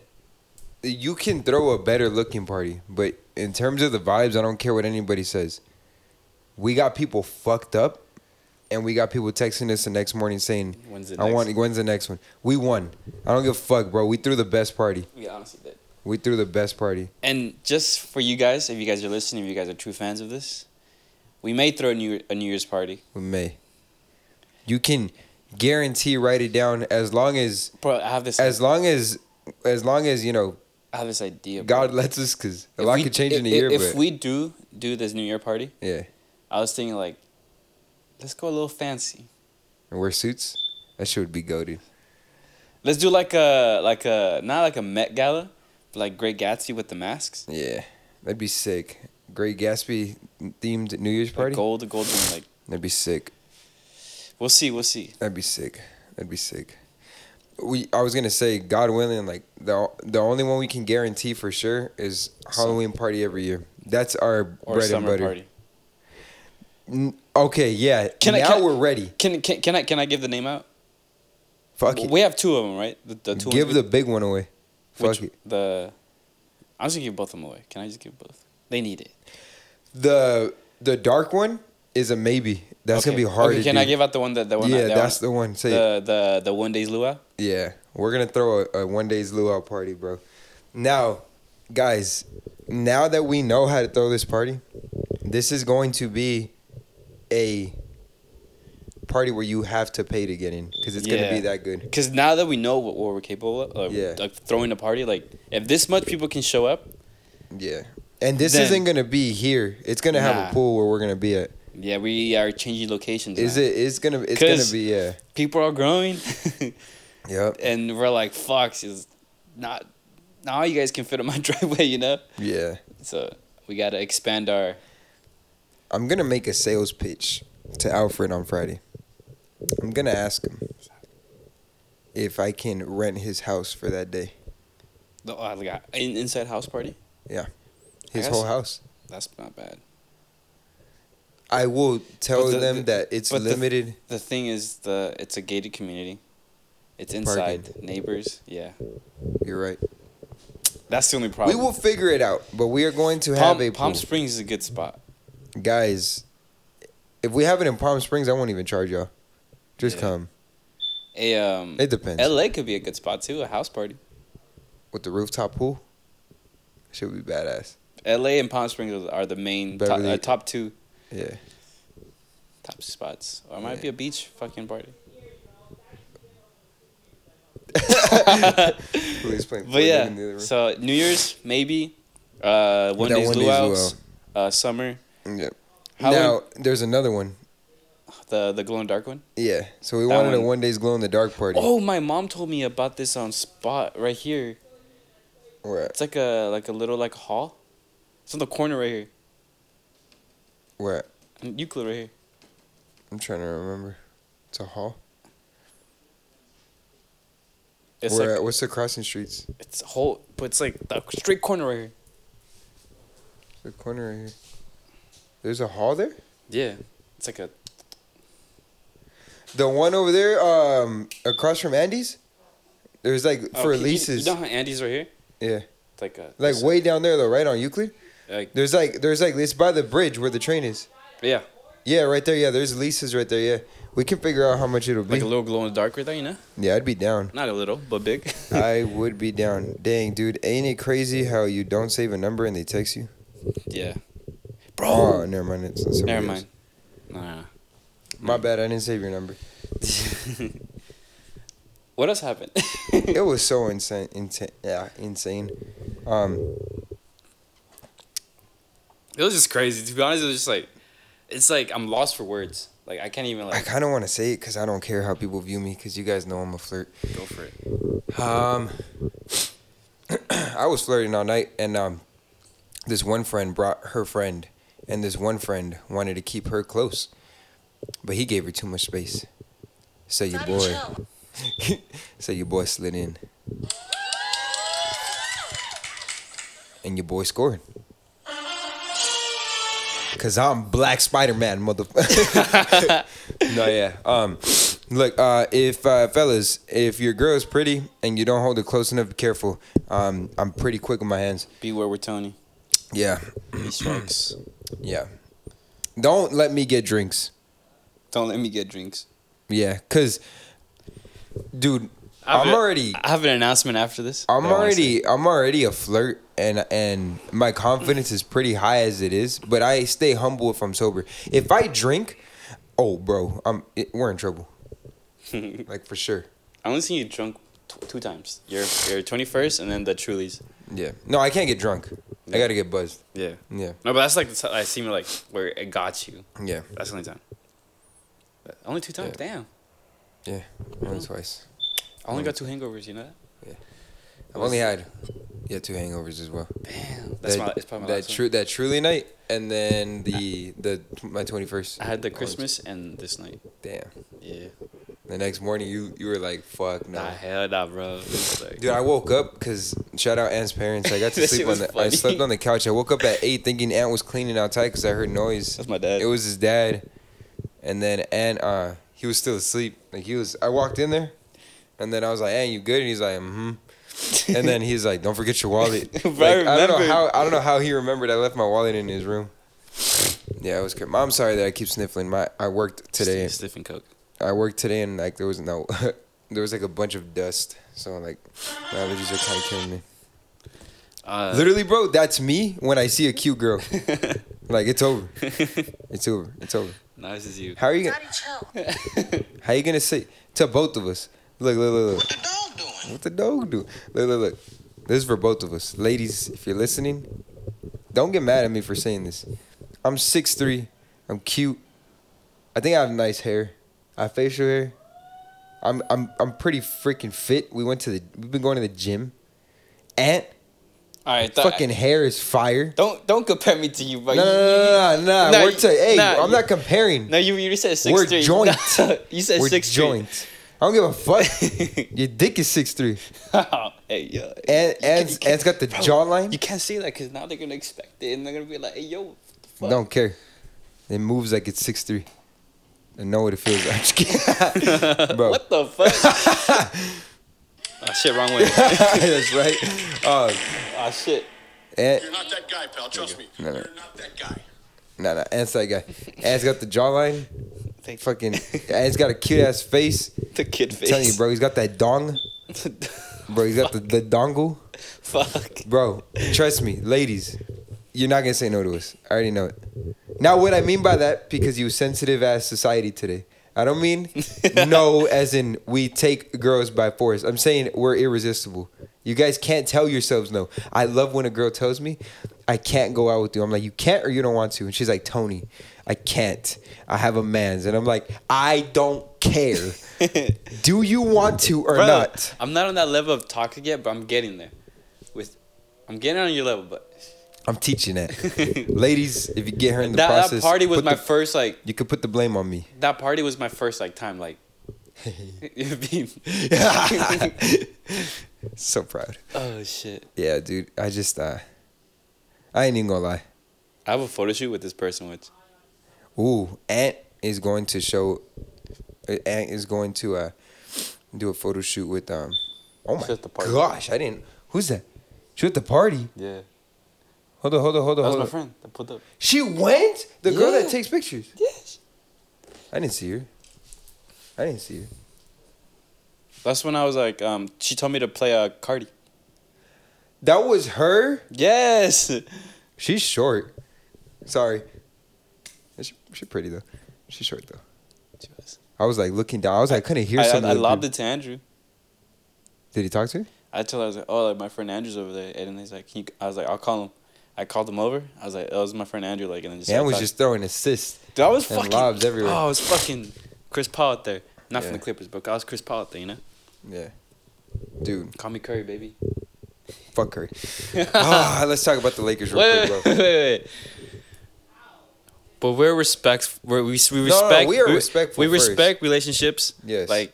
B: You can throw a better looking party, but in terms of the vibes, I don't care what anybody says. We got people fucked up, and we got people texting us the next morning saying,
A: When's the
B: "I
A: next
B: want.
A: one?
B: When's the next one? We won. I don't give a fuck, bro. We threw the best party.
A: we honestly did.
B: We threw the best party.
A: And just for you guys, if you guys are listening, if you guys are true fans of this, we may throw a new a New Year's party.
B: We may. You can guarantee. Write it down. As long as,
A: Bro, I have this.
B: as long as, as long as you know."
A: I have this idea. Bro.
B: God lets us because a
A: If
B: lot
A: we-
B: could change in a
A: if-
B: year.
A: If
B: but
A: we do do this New Year party.
B: yeah,
A: I was thinking like, let's go a little fancy.
B: and wear suits. That shit would be goaded.
A: Let's do like a like a not like a Met Gala, but like Great Gatsby with the masks,
B: Yeah, that'd be sick. Great Gatsby themed New Year's
A: like
B: party.
A: gold, the gold one. Like
B: That'd be sick.
A: we'll see, we'll see.
B: That'd be sick. That'd be sick. We I was gonna say God willing, like the the only one we can guarantee for sure is Halloween party every year. That's our
A: Or
B: bread and
A: summer
B: butter.
A: party.
B: N- okay, yeah.
A: Can I-
B: now
A: can I-
B: we're ready.
A: Can can can I can I give the name out?
B: Fuck it.
A: We have two of them, right? The, the two.
B: Give
A: ones we-
B: the big one away. Fuck
A: which-
B: it.
A: The. I'm just gonna give both of them away. Can I just give both? They need it.
B: The the dark one is a maybe. That's
A: Okay.
B: gonna be hard.
A: Okay,
B: to
A: can
B: do.
A: I give out the one that the one?
B: yeah,
A: that, that
B: that's
A: one,
B: the one. Say it.
A: the the the one days luau.
B: yeah. We're gonna throw a, a one day's luau party, bro. Now, guys, now that we know how to throw this party, this is going to be a party where you have to pay to get in because it's gonna
A: Yeah.
B: be that good.
A: Because now that we know what, what we're capable of, like,
B: Yeah.
A: like throwing a party, like if this much people can show up,
B: Yeah. And this
A: Then-
B: isn't gonna be here. It's gonna have
A: Nah.
B: a pool where we're gonna be at.
A: Yeah, we are changing locations.
B: Is
A: now.
B: it? It's gonna. It's
A: 'Cause-
B: gonna be yeah.
A: People are growing,
B: Yep.
A: and we're like, "Fox is not." Now you guys can fit in my driveway, you know.
B: Yeah.
A: So we gotta expand our.
B: I'm gonna make a sales pitch to Alfred on Friday. I'm gonna ask him if I can rent his house for that day.
A: The, oh, I got in, inside house party.
B: His
A: guess-
B: whole house.
A: That's not bad.
B: I will tell
A: But the-
B: them
A: the-
B: that it's
A: but the-
B: limited.
A: The thing is, the it's a gated community. It's
B: Parking.
A: inside neighbors. Yeah,
B: You're right.
A: that's the only problem.
B: We will figure it out, but we are going to have
A: Palm,
B: a
A: Palm
B: pool.
A: Springs is a good spot.
B: guys. If we have it in Palm Springs, I won't even charge y'all. Just
A: Yeah.
B: come.
A: A um,
B: It depends.
A: L.A. could be a good spot too. A house party.
B: With the rooftop pool, should be badass.
A: L.A. and Palm Springs are the main top,
B: Beverly-
A: uh, top two.
B: Yeah.
A: top spots. Or it might
B: Yeah.
A: be a beach fucking party.
B: Please play.
A: But yeah, so New Year's maybe, uh, one
B: That
A: day's
B: one day's
A: luau's, uh, summer,
B: Yep. Now
A: Halloween-
B: there's another one.
A: the the glow in the dark one.
B: Yeah. So we
A: That
B: wanted
A: one-
B: a one day's glow in the dark party.
A: Oh, my mom told me about this on spot right here.
B: Where at?
A: It's like a like a little like hall. It's on the corner right here,
B: Where at?
A: in Euclid right here.
B: I'm trying to remember. It's a hall.
A: It's
B: Where
A: like
B: at? What's the crossing streets?
A: it's a whole, but it's like the straight corner right here.
B: The corner right here. There's a hall there.
A: Yeah, it's like a
B: The one over there, um, across from Andy's. There's like
A: oh,
B: for
A: you- you-
B: leases.
A: You know how Andy's right here?
B: yeah,
A: It's like a
B: like way down there though, right on Euclid.
A: like
B: There's like there's like it's by the bridge where the train is.
A: yeah,
B: Yeah, right there. Yeah, there's leases right there. Yeah, we can figure out how much it'll be.
A: like a little glow in the dark right there. You know,
B: yeah, I'd be down.
A: not a little, but big.
B: I would be down. Dang, dude, ain't it crazy how you don't save a number and they text you?
A: yeah,
B: Oh,
A: bro.
B: never mind. It's somebody
A: Never
B: else.
A: mind. Nah.
B: My bad. I didn't save your number.
A: what else happened?
B: It was so insane. insane yeah, insane. Um,
A: It was just crazy. To be honest, it was just like, it's like I'm lost for words. Like I can't even
B: I
A: like
B: kind of want to say it because I don't care how people view me because you guys know I'm a flirt.
A: go for it.
B: Um, I was flirting all night, and um, this one friend brought her friend, and this one friend wanted to keep her close, but he gave her too much space. So your boy, so your boy slid in, and your boy scored. Cause I'm Black Spider Man, motherfucker. no, yeah. Um, look, uh, if uh, fellas, if your girl is pretty and you don't hold her close enough, be careful. Um, I'm pretty quick with my hands.
A: Beware with Tony.
B: Yeah,
A: He strikes.
B: yeah. Don't let me get drinks.
A: Don't let me get drinks.
B: Yeah, cause, dude,
A: I have
B: I'm
A: a-
B: already,
A: I have an announcement after this.
B: I'm
A: that I wanna say.
B: already, I'm already a flirt, and and my confidence is pretty high as it is. But I stay humble if I'm sober. If I drink, oh, bro, I'm it, we're in trouble. like for sure.
A: I only seen you drunk t- two times. Your your twenty first and then the Trulies.
B: Yeah. No, I can't get drunk.
A: Yeah.
B: I gotta get buzzed.
A: Yeah.
B: Yeah.
A: No, but that's like the t- I seen like where it got you.
B: Yeah.
A: That's the only time. But only two times.
B: Yeah.
A: Damn.
B: Yeah. Only twice.
A: I only got two hangovers. You know that?
B: I've only had yeah two hangovers as well.
A: Damn. That's
B: that,
A: my. It's probably my
B: that
A: last
B: tru- that truly night, and then the the my twenty first.
A: one. I had the Christmas and this night.
B: Damn.
A: Yeah.
B: The next morning, you you were like, "Fuck no."
A: Nah, hell nah, bro. It was like-
B: Dude, I woke up because shout out Ant's parents. I got to
A: That
B: sleep
A: shit
B: on
A: was
B: the. I
A: funny.
B: slept on the couch. I woke up at eight thinking Ant was cleaning outside because I heard noise.
A: That's my dad.
B: It was his dad, and then Ant, uh, he was still asleep. Like he was. I walked in there, and then I was like, "Ant, you good?" And he's like, "Mm-hmm." And then he's like, "Don't forget your wallet."
A: If I
B: Like, I, don't know
A: remembered.
B: how. I don't know how he remembered. I left my wallet in his room. Yeah, it was. cra- I'm sorry that I keep sniffling. My I worked today.
A: Sniffing coke.
B: I worked today and like there was no there was like a bunch of dust. So like my allergies are kind of killing me.
A: Uh,
B: Literally, bro, that's me when I see a cute girl. like it's over. It's over. It's over.
A: nah, this is you.
B: How are you gonna how you gonna say to both of us? Look, look, look, look.
C: the dog doing?
B: What the dog do? Look, look, look. This is for both of us. Ladies, if you're listening, don't get mad at me for saying this. I'm 6'3. I'm cute. I think I have nice hair. I have facial hair. I'm I'm I'm pretty freaking fit. We went to the we've been going to the gym. Ant
A: All right. th-
B: fucking hair is fire.
A: Don't don't compare me to you, bro.
B: No, no,
A: You-
B: no, no, no,
A: Nah,
B: We're to, hey,
A: nah,
B: I'm not comparing.
A: No, you you said 6
B: We're
A: three.
B: joint.
A: you said
B: We're
A: 6
B: joint. I don't give a fuck. Your dick is 6'3.
A: Oh, hey, yo.
B: And, and,
A: you
B: Ant's got the jawline.
A: You can't say that because now they're gonna expect it and they're gonna be like, hey, yo, what the fuck?
B: Don't care. It moves like it's six three. I know what it feels like. I'm just kidding. Bro.
A: What the fuck? Ah shit, wrong way.
B: That's right. Uh,
A: Ah shit.
B: Ant,
D: You're not that guy, pal. Trust me.
B: No, no.
D: You're not that guy.
B: nah, nah, Ant's that guy. Ant's got the jawline.
A: Thank
B: Fucking, Ant's got a cute ass face.
A: the kid face.
B: I'm telling you, bro, he's got that dong. Bro, he's got the, the dongle.
A: fuck.
B: Bro, trust me, ladies, you're not gonna say no to us. I already know it. Now, what I mean by that, because you sensitive ass society today. I don't mean no, as in we take girls by force. I'm saying we're irresistible. You guys can't tell yourselves no. I love when a girl tells me, I can't go out with you. I'm like, you can't or you don't want to. And she's like, Tony, I can't. I have a man's. And I'm like, I don't care. Do you want to or
A: Bro,
B: not?
A: I'm not on that level of talking yet, but I'm getting there. With, I'm getting on your level, but
B: I'm teaching that. Ladies, if you get her in the
A: that,
B: process,
A: that party was
B: put
A: my
B: the-
A: first like.
B: You could put the blame on me.
A: That party was my first like time like
B: so proud.
A: oh shit!
B: Yeah, dude. I just uh, I ain't even gonna lie.
A: I have a photo shoot with this person, which
B: Ooh, Ant is going to show. uh, Ant is going to uh, do a photo shoot with um. Oh
A: She's
B: my
A: at the party.
B: gosh! I didn't. Who's that? She at the party.
A: yeah, that
B: Hold on, hold on, hold on,
A: was
B: hold
A: my
B: on.
A: friend that put up.
B: She went. The girl
A: Yeah.
B: that takes pictures.
A: Yes.
B: I didn't see her. I didn't see her.
A: That's when I was like, um, she told me to play uh, Cardi.
B: That was her.
A: Yes.
B: She's short. Sorry. She's she pretty though. She's short though. I was like looking down. I was like, I couldn't hear
A: I, I,
B: something.
A: I lobbed it to Andrew.
B: Did he talk to her?
A: I told her, I was like, oh, like my friend Andrew's over there, and he's like, he, I was like, I'll call him. I called him over. I was like, oh, this is my friend Andrew, like, and then just
B: Ant
A: started
B: was
A: talking.
B: just throwing assists.
A: Dude, I was
B: and
A: fucking
B: lobs everywhere.
A: Oh, I was fucking Chris Paul out there. Not from
B: Yeah.
A: the Clippers, but I was Chris Paul out there. You know,
B: Yeah. Dude,
A: call me Curry, baby.
B: fuck her. Ah, let's talk about the Lakers real
A: wait,
B: quick,
A: wait,
B: bro.
A: wait, wait. But we're respect. We're, we we
B: No, no,
A: respect.
B: no, we are
A: we,
B: respectful
A: We
B: first.
A: respect relationships.
B: Yes.
A: Like,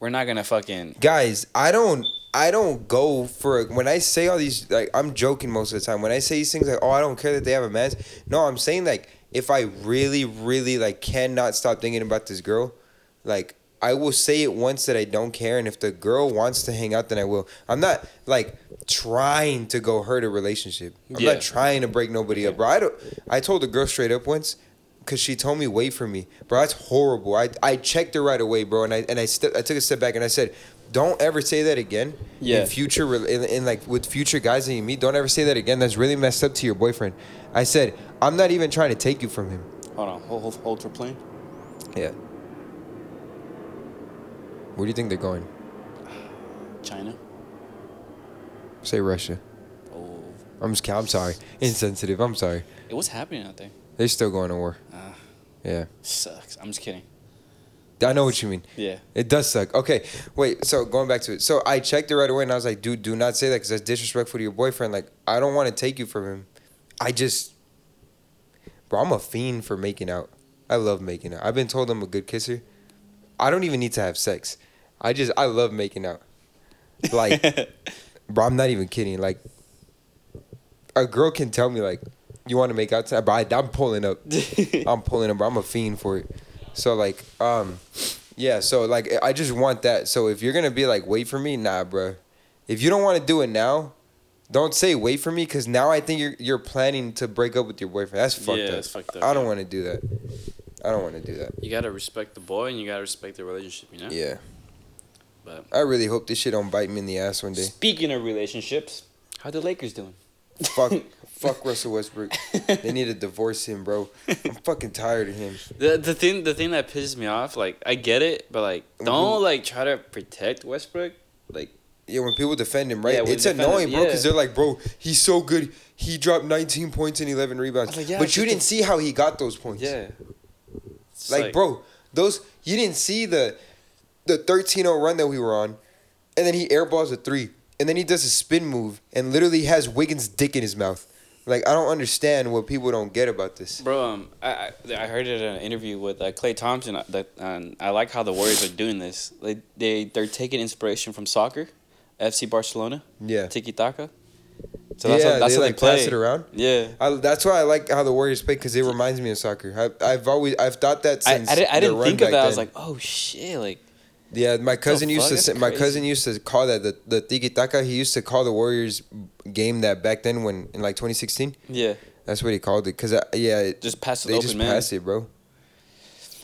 A: we're not gonna fucking.
B: Guys, I don't I don't go for when I say all these like I'm joking most of the time. When I say these things like, "Oh, I don't care that they have a mask." No, I'm saying like if I really really like cannot stop thinking about this girl, like I will say it once that I don't care and if the girl wants to hang out then I will. I'm not like trying to go hurt a relationship. I'm
A: Yeah.
B: not trying to break nobody up, bro. I don't I told the girl straight up once Cause she told me wait for me, bro. That's horrible. I, I checked her right away, bro, and I and I ste- I took a step back and I said, don't ever say that again.
A: Yeah.
B: In future, rel- in, in like with future guys that you meet, don't ever say that again. That's really messed up to your boyfriend. I said, I'm not even trying to take you from him.
A: Hold on. Hold hold, hold for plane.
B: Yeah. Where do you think they're going?
A: China.
B: Say Russia.
A: Oh,
B: I'm just kidding. I'm sorry. Insensitive. I'm sorry.
A: it was happening out there.
B: They're still going to war. Yeah.
A: Sucks. I'm just kidding.
B: I know what you mean.
A: Yeah.
B: It does suck. Okay, wait. So going back to it, so I checked it right away, and I was like, "Dude, do not say that because that's disrespectful to your boyfriend. Like, I don't want to take you from him. I just, bro, I'm a fiend for making out. I love making out. I've been told I'm a good kisser. I don't even need to have sex. I just, I love making out. Like, bro, I'm not even kidding. Like, a girl can tell me like, you want to make out tonight, bro. I, I'm pulling up. I'm pulling up. I'm a fiend for it. So like, um, yeah. So like, I just want that. So if you're gonna be like, wait for me, nah, bruh. If you don't want to do it now, don't say wait for me, cause now I think you're you're planning to break up with your boyfriend. That's fucked
A: Yeah,
B: up.
A: that's fucked up,
B: I don't
A: yeah.
B: want to do that. I don't want to do that.
A: you gotta respect the boy and you gotta respect the relationship. You know.
B: Yeah.
A: But-
B: I really hope this shit don't bite me in the ass one day.
A: Speaking of relationships, how the Lakers doing?
B: fuck, fuck Russell Westbrook. They need to divorce him, bro. I'm fucking tired of him.
A: The the thing the thing that pisses me off, like I get it, but like
B: Mm-hmm.
A: don't like try to protect Westbrook. Like
B: Yeah, when people defend him, right?
A: Yeah, when
B: it's
A: defenders-
B: annoying, bro, because
A: yeah.
B: they're like, bro, he's so good. He dropped 19 points and 11
A: I
B: rebounds.
A: was like, yeah,
B: but you
A: but
B: didn't see how he got those points.
A: yeah, It's
B: Like, bro, those you didn't see the the 13-0 run that we were on, and then he airballs a three, and then he does a spin move and literally has Wiggins' dick in his mouth. Like, I don't understand what people don't get about this.
A: bro. Um, I I, I heard it in an interview with uh, Clay Thompson uh, that and I like how the Warriors are doing this. Like they they're taking inspiration from soccer, FC Barcelona,
B: Yeah.
A: tiki taka. So
B: yeah,
A: that's how, that's
B: they
A: how
B: like
A: they play.
B: pass it around.
A: Yeah.
B: I, that's why I like how the Warriors play because it reminds me of soccer. I, I've always I've thought that
A: I, I,
B: since
A: didn't, I
B: their
A: didn't
B: run
A: think of
B: back
A: that. I was
B: then.
A: like, oh shit! Like
B: Yeah, my cousin used
A: fuck?
B: to
A: That's
B: say, my
A: crazy.
B: cousin used to call that the the tiki taka. He used to call the Warriors game that back then when in like 2016.
A: yeah,
B: That's what he called it. Cause I, yeah, it,
A: just pass it
B: they
A: open
B: just
A: man.
B: passed it, bro.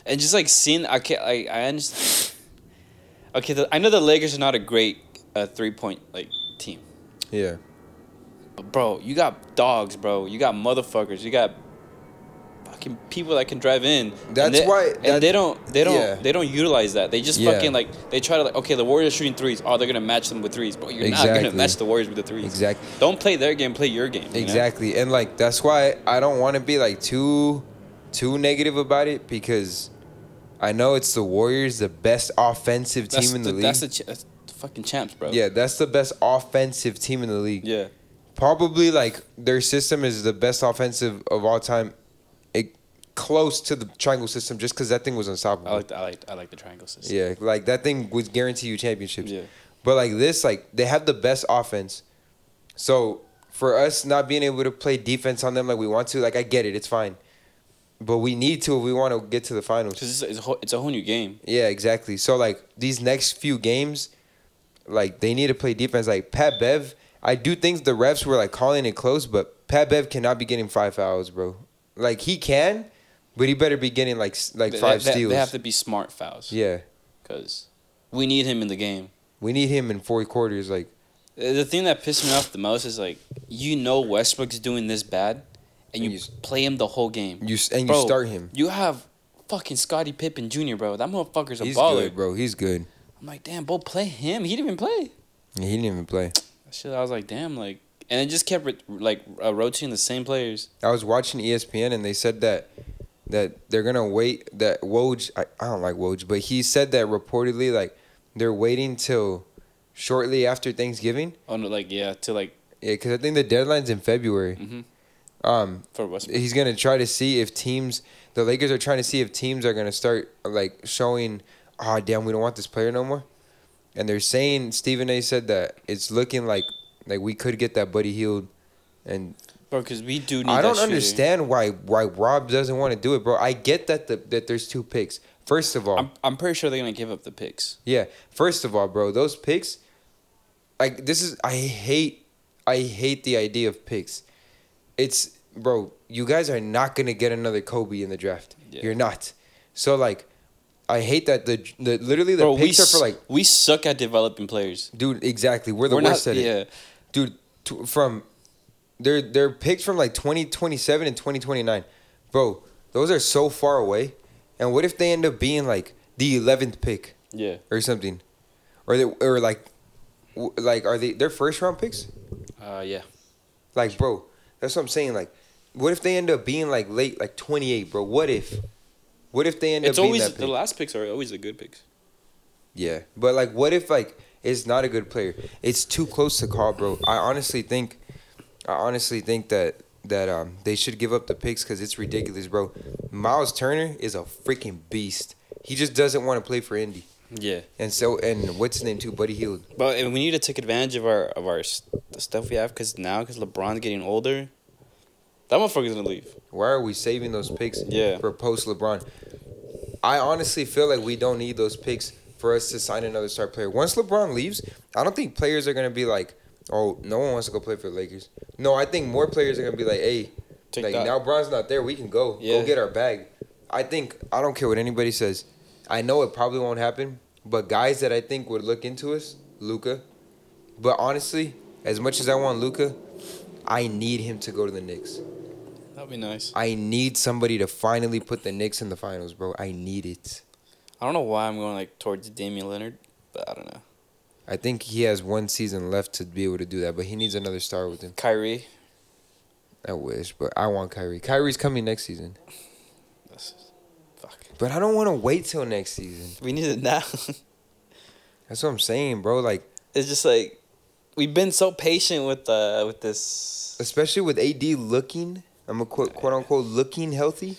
A: and just like seeing I can't I I understand. Okay, the, I know the Lakers are not a great uh, three point like team,
B: Yeah,
A: but bro, you got dogs, bro. You got motherfuckers. You got fucking people that can drive in. And
B: That's
A: they-
B: why-
A: and they
B: that-
A: don't they don't
B: yeah.
A: they don't utilize that. They just
B: Yeah.
A: fucking like they try to like okay, the Warriors shooting threes. Oh, they're gonna match them with threes, bro. You're not gonna
B: Exactly.
A: match the Warriors with the threes.
B: Exactly.
A: Don't play their game. Play your game. you know?
B: exactly. And like that's why I don't want to be like too too negative about it because I know it's the Warriors, the best offensive
A: That's
B: team in the, league.
A: That's the, ch- that's the fucking champs, bro.
B: yeah, that's the best offensive team in the league.
A: Yeah.
B: probably like their system is the best offensive of all time, e- close to the triangle system just because that thing was unstoppable.
A: I like the, I like I like the triangle system.
B: Yeah, like that thing would guarantee you championships.
A: Yeah.
B: But like this, like they have the best offense. So for us not being able to play defense on them like we want to, like I get it, it's fine. But we need to if we want to get to the finals.
A: Because it's, it's, a whole- it's a whole new game.
B: Yeah, exactly. So like these next few games, like they need to play defense. Like Pat Bev, I do think the refs were like calling it close, but Pat Bev cannot be getting five fouls, bro. Like he can, but he better be getting like s- like
A: They-
B: five
A: they,
B: steals.
A: They have to be smart fouls.
B: yeah,
A: Because we need him in the game.
B: we need him in four quarters. Like.
A: The thing that pissed me off the most is like you know Westbrook's doing this bad, and you,
B: And you s-
A: play him the whole game.
B: You s- and you
A: Bro,
B: start him.
A: You have fucking Scottie Pippen Jr. bro. That motherfucker's a
B: He's
A: baller.
B: good, bro. He's good.
A: I'm like, damn, bro, play him. He didn't even play.
B: Yeah, he didn't even play.
A: Shit, I was like, damn, like, and it just kept like uh, rotating the same players.
B: I was watching E ESPN and they said that that they're gonna wait. That Woj, I, I don't like Woj, but he said that reportedly like they're waiting till shortly after Thanksgiving.
A: Oh no, like yeah, to like
B: Yeah, because I think the deadline's in February.
A: Mhm.
B: Um,
A: for Westbrook.
B: he's gonna try to see if teams, the Lakers are trying to see if teams are gonna start like showing, ah, damn, we don't want this player no more. And they're saying Stephen A. said that it's looking like like we could get that Buddy Healed, and
A: bro, because we do need.
B: I
A: that
B: don't
A: shooter.
B: understand why why Rob doesn't want to do it, bro. I get that the that there's two picks. First of all,
A: I'm, I'm pretty sure they're gonna give up the picks.
B: yeah. First of all, bro, those picks, like this is I hate I hate the idea of picks. It's bro, you guys are not gonna get another Kobe in the draft.
A: Yeah.
B: You're not. So like, I hate that the the literally the
A: Bro, we
B: picks are
A: s-
B: for like,
A: we suck at developing players.
B: dude. Exactly, we're the
A: We're
B: worst
A: not.
B: at it
A: Yeah,
B: dude t- from they're they're picked from like 2027 and 2029 bro those are so far away and what if they end up being like the 11th pick
A: yeah.
B: or something or they or like w- like are they they're first round picks
A: Uh, yeah.
B: like bro that's what i'm saying like what if they end up being like late like 28 bro what if what if they end
A: It's
B: up being
A: always
B: that
A: the
B: pick?
A: last picks are always the good picks.
B: Yeah, but like, what if like it's not a good player? It's too close to call, bro. I honestly think, I honestly think that that um they should give up the picks because it's ridiculous, bro. Miles Turner is a freaking beast. He just doesn't want to play for Indy,
A: Yeah,
B: and so and what's his name too, Buddy Hield.
A: but and we need to take advantage of our of our s- the stuff we have because now because LeBron's getting older, that motherfucker's gonna leave.
B: Why are we saving those picks?
A: Yeah.
B: for post LeBron. I honestly feel like we don't need those picks for us to sign another star player. Once LeBron leaves, I don't think players are gonna be like, oh, no one wants to go play for the Lakers. No, I think more players are gonna be like, hey,
A: Take
B: like
A: that.
B: now Bron's not there, we can go.
A: Yeah.
B: Go get our bag. I think I don't care what anybody says. I know it probably won't happen, but guys that I think would look into us, Luca. But honestly, as much as I want Luca, I need him to go to the Knicks.
A: That'd be nice.
B: I need somebody to finally put the Knicks in the finals, bro. I need it.
A: I don't know why I'm going like towards Damian Leonard, but I don't know.
B: I think he has one season left to be able to do that, but he needs another star with him.
A: Kyrie.
B: I wish, but I want Kyrie. Kyrie's coming next season,
A: That's, fuck.
B: but I don't want to wait till next season.
A: We need it now.
B: That's what I'm saying, bro. Like,
A: it's just like we've been so patient with uh with this.
B: especially with AD looking, I'm a quote, quote unquote looking healthy.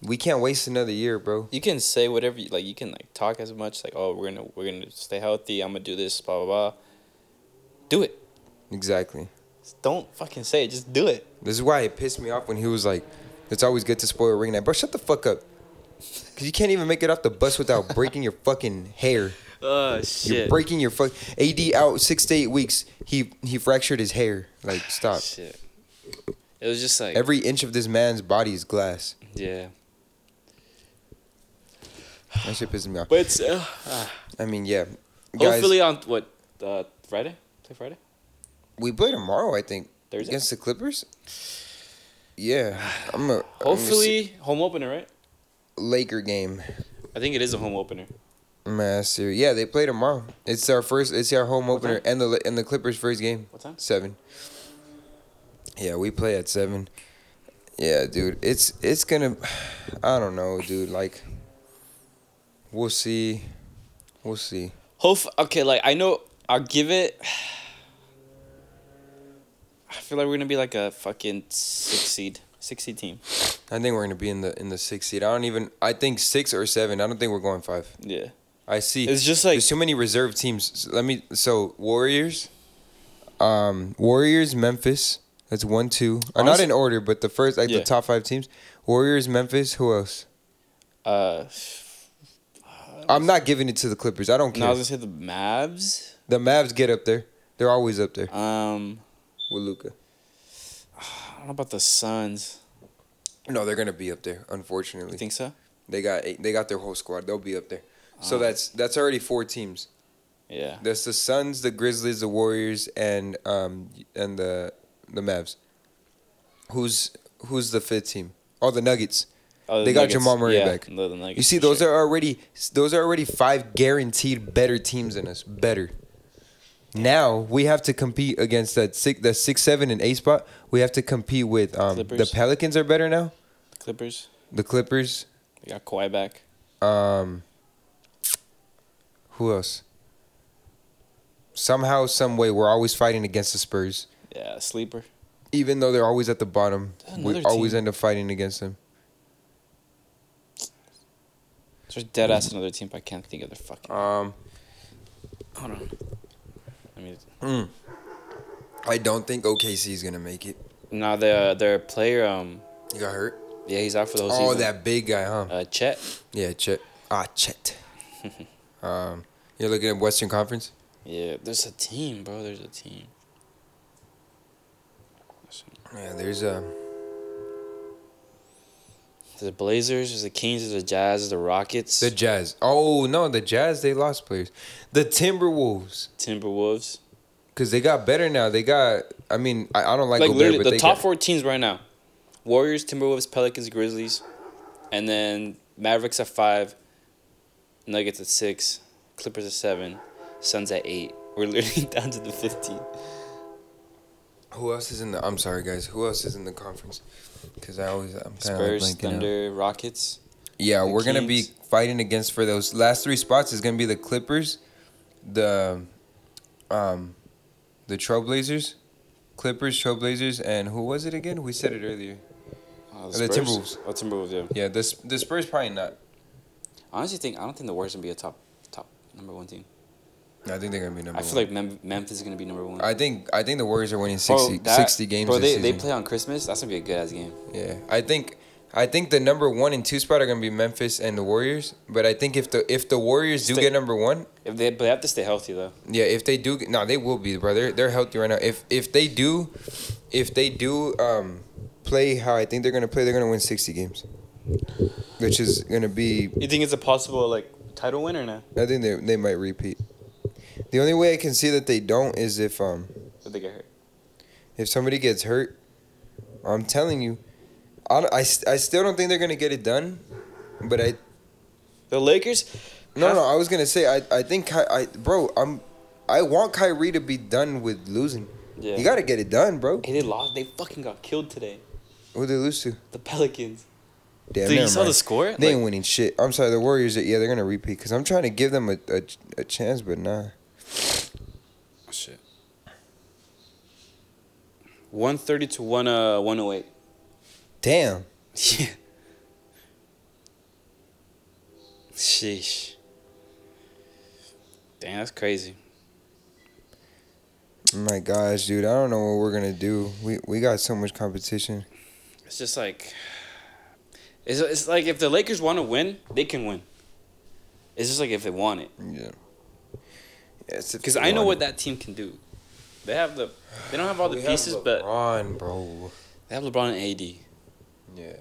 B: We can't waste another year, bro.
A: You can say whatever you like. You can like talk as much like, oh, we're gonna we're gonna stay healthy. I'm gonna do this. Blah blah blah. Do it.
B: Exactly.
A: Just don't fucking say it. Just do it.
B: This is why it pissed me off when he was like, "It's always good to spoil a ring night." Bro, shut the fuck up, cause you can't even make it off the bus without breaking your fucking hair.
A: Oh
B: You're breaking your fuck. AD out six to eight weeks. He he fractured his hair. Like stop.
A: Shit. It was just like
B: Every inch of this man's body is glass.
A: yeah.
B: That shit pisses me off.
A: But it's, uh,
B: I mean, yeah. Guys,
A: hopefully on what uh, Friday play Friday.
B: we play tomorrow. I think
A: Thursday?
B: against the Clippers. Yeah, I'm a
A: Hopefully home opener, right?
B: Laker game.
A: I think it is a home opener.
B: Master. Yeah, they play tomorrow. It's our first. It's our home opener
A: time?
B: and the and the Clippers' first game.
A: What time?
B: Seven. Yeah, we play at seven. Yeah, dude. It's it's gonna. I don't know, dude. Like, we'll see. We'll see.
A: Hope okay, like I know I'll give it. I feel like we're gonna be like a fucking six seed, six seed team.
B: I think we're gonna be in the in the sixth seed. I don't even. I think six or seven. I don't think we're going five.
A: Yeah.
B: I see.
A: It's just like-
B: there's too many reserve teams. S- Let me. So Warriors, um, Warriors, Memphis. That's one, two. Or not
A: Honestly-
B: in order, but the first, like
A: Yeah.
B: the top five teams. Warriors, Memphis. Who else?
A: Uh,
B: I'm not giving it to the Clippers. I don't
A: no, I
B: care.
A: was gonna say the Mavs.
B: The Mavs get up there. They're always up there
A: Um,
B: with Luca.
A: I don't know about the Suns.
B: No, they're gonna be up there.
A: You
B: Unfortunately,
A: think so?
B: they got eight, they got their whole squad. They'll be up there. So that's that's already four teams.
A: Yeah.
B: That's the Suns, the Grizzlies, the Warriors, and um and the the Mavs. Who's who's the fifth team? Oh, the Nuggets.
A: Oh, the
B: They got
A: Nuggets.
B: Jamal Murray
A: Yeah,
B: back.
A: the- the
B: You
A: Nuggets
B: see,
A: for
B: those
A: sure.
B: are already those are already five guaranteed better teams than us. Better. Now we have to compete against that six, that six, seven, and eight spot. We have to compete with um, the
A: Clippers.
B: Pelicans are better now.
A: Clippers.
B: The Clippers.
A: They got Kawhi back.
B: Um, who else? Somehow, some way, we're always fighting against the Spurs,
A: Yeah, sleeper.
B: even though they're always at the bottom.
A: That's
B: We
A: another
B: always
A: team.
B: end up fighting against them.
A: There's dead ass another team, but I can't think of their fucking.
B: Um,
A: Uh, Hold on. I mean,
B: I don't think OKC is gonna make it.
A: now their uh, their player. Um,
B: You got hurt.
A: yeah, he's out for the whole
B: Oh,
A: season.
B: that big guy, huh?
A: Uh, Chet.
B: Yeah, Chet. Ah, Chet. um, you're looking at Western Conference.
A: Yeah, there's a team, bro. There's a team.
B: Yeah, there's
A: uh,
B: um.
A: There's the Blazers. There's the Kings. There's the Jazz. There's the Rockets.
B: The
A: The
B: Jazz. Oh no, the Jazz. They lost players. The Timberwolves.
A: Timberwolves.
B: Cause they got better now. They got. I mean, I, I don't like,
A: Like
B: Gobert,
A: literally,
B: but
A: the
B: they
A: top
B: got,
A: four teams right now: Warriors, Timberwolves, Pelicans, Grizzlies, and then Mavericks at five, Nuggets at six, Clippers at seven, Suns at eight. We're literally down to the fifteen.
B: Who else is in the? I'm sorry, guys. Who else is in the conference? Cause I always I'm kind of
A: Spurs,
B: like blanking out.
A: Thunder, Rockets.
B: Yeah,
A: the
B: we're gonna be
A: Kings.
B: fighting against for those last three spots. Is gonna be the Clippers, the, um, the Trailblazers, Clippers, Trailblazers, and who was it again? We said it earlier.
A: Oh,
B: the
A: Spurs?
B: Timberwolves.
A: Oh, Timberwolves. Yeah.
B: Yeah, the Sp- the Spurs probably not.
A: I honestly think I don't think the Warriors gonna be a top top number one team.
B: No, I think they're gonna be number
A: I feel
B: one.
A: like Mem- Memphis is gonna be number one.
B: I think I think the Warriors are winning 60,
A: Bro, that-
B: 60 games.
A: Bro,
B: this
A: they, they
B: season.
A: play on Christmas. That's gonna be a good ass game.
B: Yeah, I think I think the number one and two spot are gonna be Memphis and the Warriors. But I think if the if the Warriors do
A: Stay-
B: get number one,
A: If they, but they have to stay healthy though.
B: yeah, if they do, no, they will be, brother. They're, they're healthy right now. If if they do, if they do um play how I think they're gonna play, they're gonna win sixty games, which is gonna be.
A: You think it's a possible like title win or not?
B: I think they they might repeat. The only way I can see that they don't is if um
A: If they get hurt.
B: if somebody gets hurt, I'm telling you, I don't- I, st- I still don't think they're gonna get it done, but I
A: The Lakers.
B: No,
A: have-
B: no, I was gonna say I, I think Ky, I bro, I'm I want Kyrie to be done with losing.
A: Yeah.
B: You gotta get it done, bro.
A: Hey, they lost. They fucking got killed today.
B: Who they lose to?
A: The Pelicans.
B: Damn,
A: Dude, you
B: never
A: saw the
B: mind.
A: score?
B: They
A: Like-
B: ain't winning shit. I'm sorry, the Warriors. Yeah, they're gonna repeat because I'm trying to give them a, a a chance, but nah.
A: Oh, shit. One thirty to one uh one oh eight.
B: Damn.
A: Yeah. Sheesh. Damn, that's crazy.
B: Oh My gosh, dude, I don't know what we're gonna do. We we got so much competition.
A: It's just like it's, it's like if the Lakers want to win, they can win. It's just like if they want it,
B: Yeah. Yes,
A: because I know what that team can do. They have the they don't have all the pieces, but
B: on, bro.
A: they have LeBron and AD.
B: Yeah.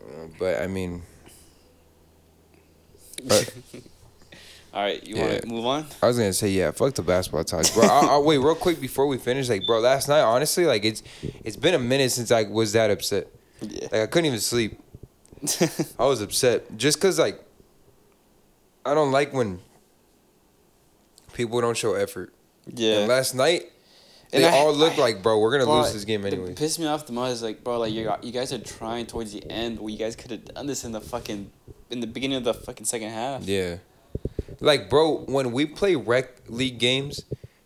B: Uh, But I mean, But-
A: all right, you
B: Yeah.
A: want to move on?
B: I was gonna say yeah, fuck the basketball talk, bro. I'll, I'll wait real quick before we finish. Like, bro, last night, honestly, like it's it's been a minute since I was that upset.
A: Yeah.
B: Like, I couldn't even sleep. I was upset just cause like I don't like when people don't show effort.
A: yeah.
B: And last night,
A: And
B: they
A: I-
B: all looked
A: I-
B: like, bro, we're gonna
A: Bro,
B: lose this game
A: that
B: anyway.
A: pissed me off the most is like, bro, like you you guys are trying towards the end. Well, you guys could have done this in the fucking in the beginning of the fucking second half.
B: Yeah. Like, bro, when we play rec league games,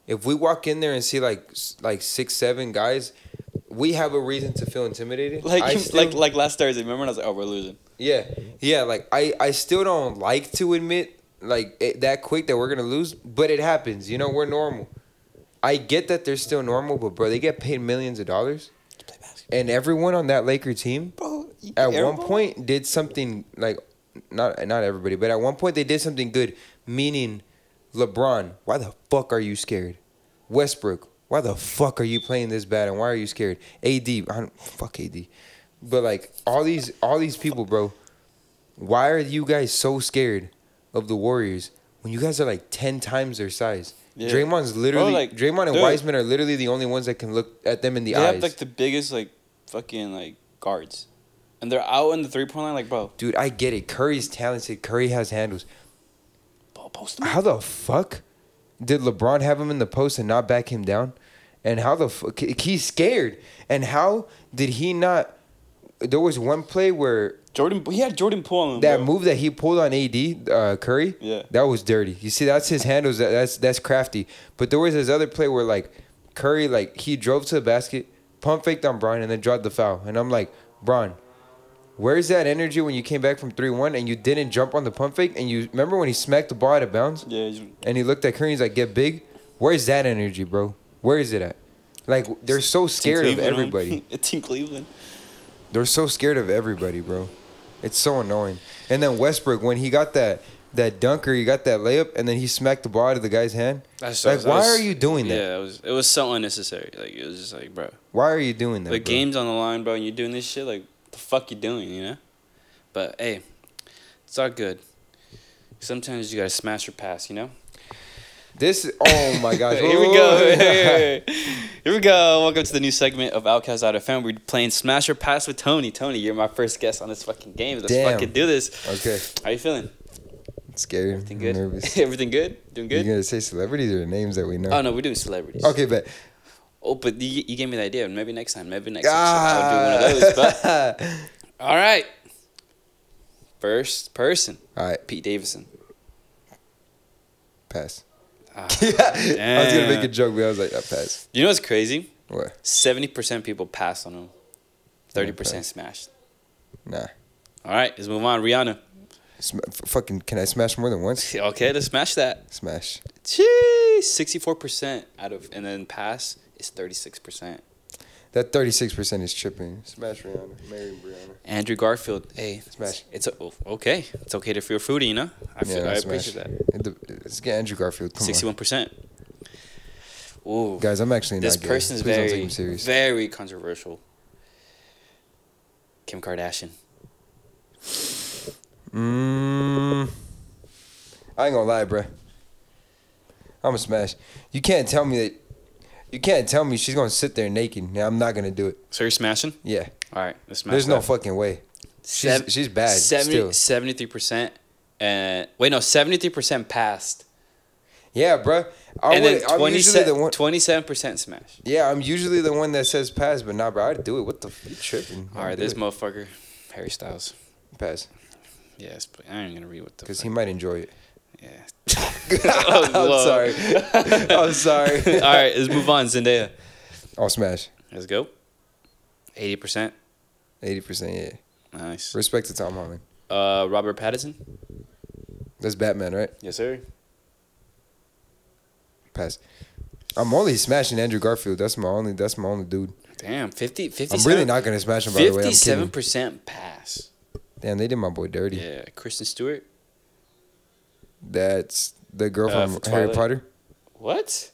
B: if we walk in there and see like s- like six, seven guys, we have a reason to feel intimidated. I
A: Like
B: still-
A: like like last Thursday, remember? when I was like, oh, we're losing.
B: yeah, yeah. Like I, I still don't like to admit like it, that quick that we're gonna lose, but it happens. You know, we're normal. I get that they're still normal, but bro, they get paid millions of dollars,
A: Play basketball,
B: and everyone on that Laker team
A: bro. you-
B: at one
A: everybody-
B: point did something like not not everybody, but at one point they did something good. Meaning, LeBron, why the fuck are you scared? Westbrook, why the fuck are you playing this bad and why are you scared? AD, I don't fuck AD, but like all these all these people, bro. Why are you guys so scared of the Warriors when you guys are like ten times their size?
A: Yeah.
B: Draymond's literally
A: like,
B: Draymond and
A: dude.
B: Wiseman are literally the only ones that can look at them in the
A: They
B: eyes.
A: have like the biggest like fucking like guards, and they're out in the three point line. Like, bro,
B: Dude, I get it. Curry's talented. Curry has handles.
A: bro, post them. up.
B: How the fuck did LeBron have him in the post and not back him down? And how the fuck he's scared? And how did he not? There was one play where
A: Jordan, he had Jordan Poole on him.
B: that
A: bro.
B: move that he pulled on AD uh, Curry,
A: Yeah.
B: that was dirty. You see, that's his handles. That, that's that's crafty. But there was this other play where like Curry, like he drove to the basket, pump faked on Bron, and then dropped the foul. And I'm like, Bron, where's that energy when you came back from three one and you didn't jump on the pump fake? And you remember when he smacked the ball out of bounds?
A: Yeah, he's-
B: and he looked at Curry. He's like, "Get big." Where's that energy, bro? Where is it at? Like they're so
A: it's in
B: scared of
A: Cleveland, homie.
B: everybody.
A: it's in Cleveland.
B: They're so scared of everybody, bro. It's so annoying. And then Westbrook, when he got that that dunker, he got that layup, and then he smacked the ball out of the guy's hand.
A: That's
B: Like, why are you doing that?
A: Yeah, it was it was so unnecessary. Like it was just like, bro,
B: Why are you doing that?
A: the
B: bro?
A: game's on the line, bro, and you're doing this shit. Like, the fuck you doing, you know? But hey, it's all good. Sometimes you gotta smash or pass, you know.
B: This. Oh my gosh.
A: Here we go. Here we go. Welcome to the new segment of Outcast Out of Fam. We're playing Smash or Pass with Tony. Tony, you're my first guest on this fucking game. Let's
B: Damn.
A: fucking do this.
B: Okay.
A: How you feeling?
B: Scared.
A: Everything good?
B: Nervous.
A: Everything good? Doing
B: You
A: good?
B: gonna say celebrities or names that we know?
A: Oh no, we're doing celebrities.
B: Okay, but
A: Oh, but you, you gave me the idea. Maybe next time. Maybe next time I'll do
B: Ah.
A: one of those. But all right. First person,
B: all right,
A: Pete Davidson.
B: pass.
A: Ah,
B: I was gonna make a
A: damn.
B: joke, but I was like, I pass.
A: You know what's crazy?
B: What?
A: Seventy percent people passed on him. Thirty
B: Okay.
A: percent smashed.
B: Nah.
A: All right, let's move on. Rihanna.
B: Sm- f- fucking, can I smash more than once?
A: Okay, let's smash that.
B: Smash.
A: Sixty-four percent out of, and then pass is thirty-six percent.
B: That 36% is tripping. Smash Rihanna. Marry Brianna.
A: Andrew Garfield, hey,
B: Smash.
A: It's, it's a, okay. It's okay to feel fruity, you know. I feel, I
B: that's
A: appreciate
B: smash.
A: that.
B: It de- Let's get Andrew Garfield. Come
A: Sixty-one percent. Ooh,
B: on. Guys, I'm actually
A: this
B: not gay.
A: person's
B: Please don't take
A: very,
B: him serious.
A: very controversial. Kim Kardashian.
B: Mm, I ain't gonna lie, bruh. I'm a smash. You can't tell me that. You can't tell me she's gonna sit there naked. and I'm not gonna do it.
A: So you're smashing.
B: Yeah.
A: All right, let's smash.
B: There's no
A: that.
B: fucking way. She's,
A: Sev-
B: she's bad. still.
A: 73 percent. And wait, no, seventy-three percent passed,
B: Yeah, bruh. I
A: and then
B: would, I'm usually the one.
A: 27 percent smash.
B: Yeah, I'm usually the one that says pass, but nah, bro, I'd do it. What the f- you tripping?
A: All right,
B: I'd
A: this
B: do
A: motherfucker, Harry Styles.
B: it. pass
A: Yes, but I ain't gonna read what the.
B: because
A: fuck-
B: he might enjoy it.
A: Yeah. Whoa.
B: I'm Oh, sorry. I'm sorry.
A: All right, let's move on. Zendaya.
B: I'll smash.
A: Let's go. Eighty percent.
B: Eighty percent. Yeah.
A: Nice.
B: Respect to Tom Holland.
A: Uh, Robert Pattinson.
B: That's Batman, right?
A: Yes, sir.
B: Pass. I'm only smashing Andrew Garfield. That's my only. That's my only dude.
A: Damn, 50, 57,
B: I'm really not gonna smash him. By the way, I'm
A: Fifty-seven
B: kidding.
A: percent pass.
B: Damn, they did my boy dirty.
A: Yeah, Kristen Stewart.
B: That's the girl
A: Uh,
B: from
A: for
B: Harry
A: Twilight.
B: Potter.
A: What?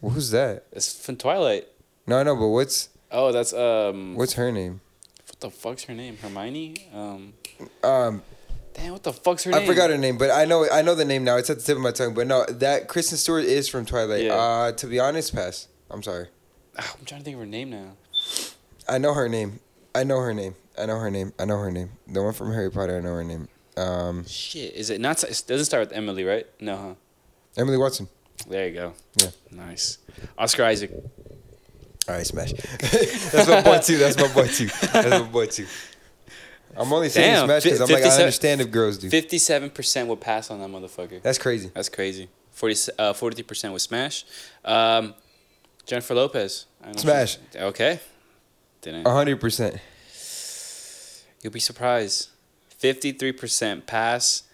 B: Well, who's that?
A: It's from Twilight.
B: No, I know, but what's
A: Oh, that's um. What?
B: what's her name?
A: the fuck's her name? Hermione. Um.
B: Um,
A: Damn, what the fuck's her name?
B: I forgot her name, but I know I know the name now. It's at the tip of my tongue. But no, that Kristen Stewart is from Twilight.
A: Yeah.
B: Uh, to be honest, pass. I'm sorry.
A: Ah, I'm trying to think of her name now.
B: I know her name. I know her name. I know her name. I know her name. The one from Harry Potter. I know her name. Um,
A: Shit, is it not? It doesn't start with Emily, right? No, huh?
B: Emily Watson.
A: There you go.
B: Yeah.
A: Nice. Oscar Isaac.
B: All right, smash. That's my boy too. That's my boy too. That's my boy too. I'm only saying
A: Damn,
B: smash because I'm like I
A: 57
B: understand if girls do.
A: Fifty-seven percent would pass on that motherfucker.
B: That's crazy.
A: That's crazy. Forty uh forty-three percent would smash. Um, Jennifer Lopez. I don't know if
B: Smash. Uh-huh.
A: she- okay. Didn't.
B: hundred percent.
A: You'll be surprised. 53% pass,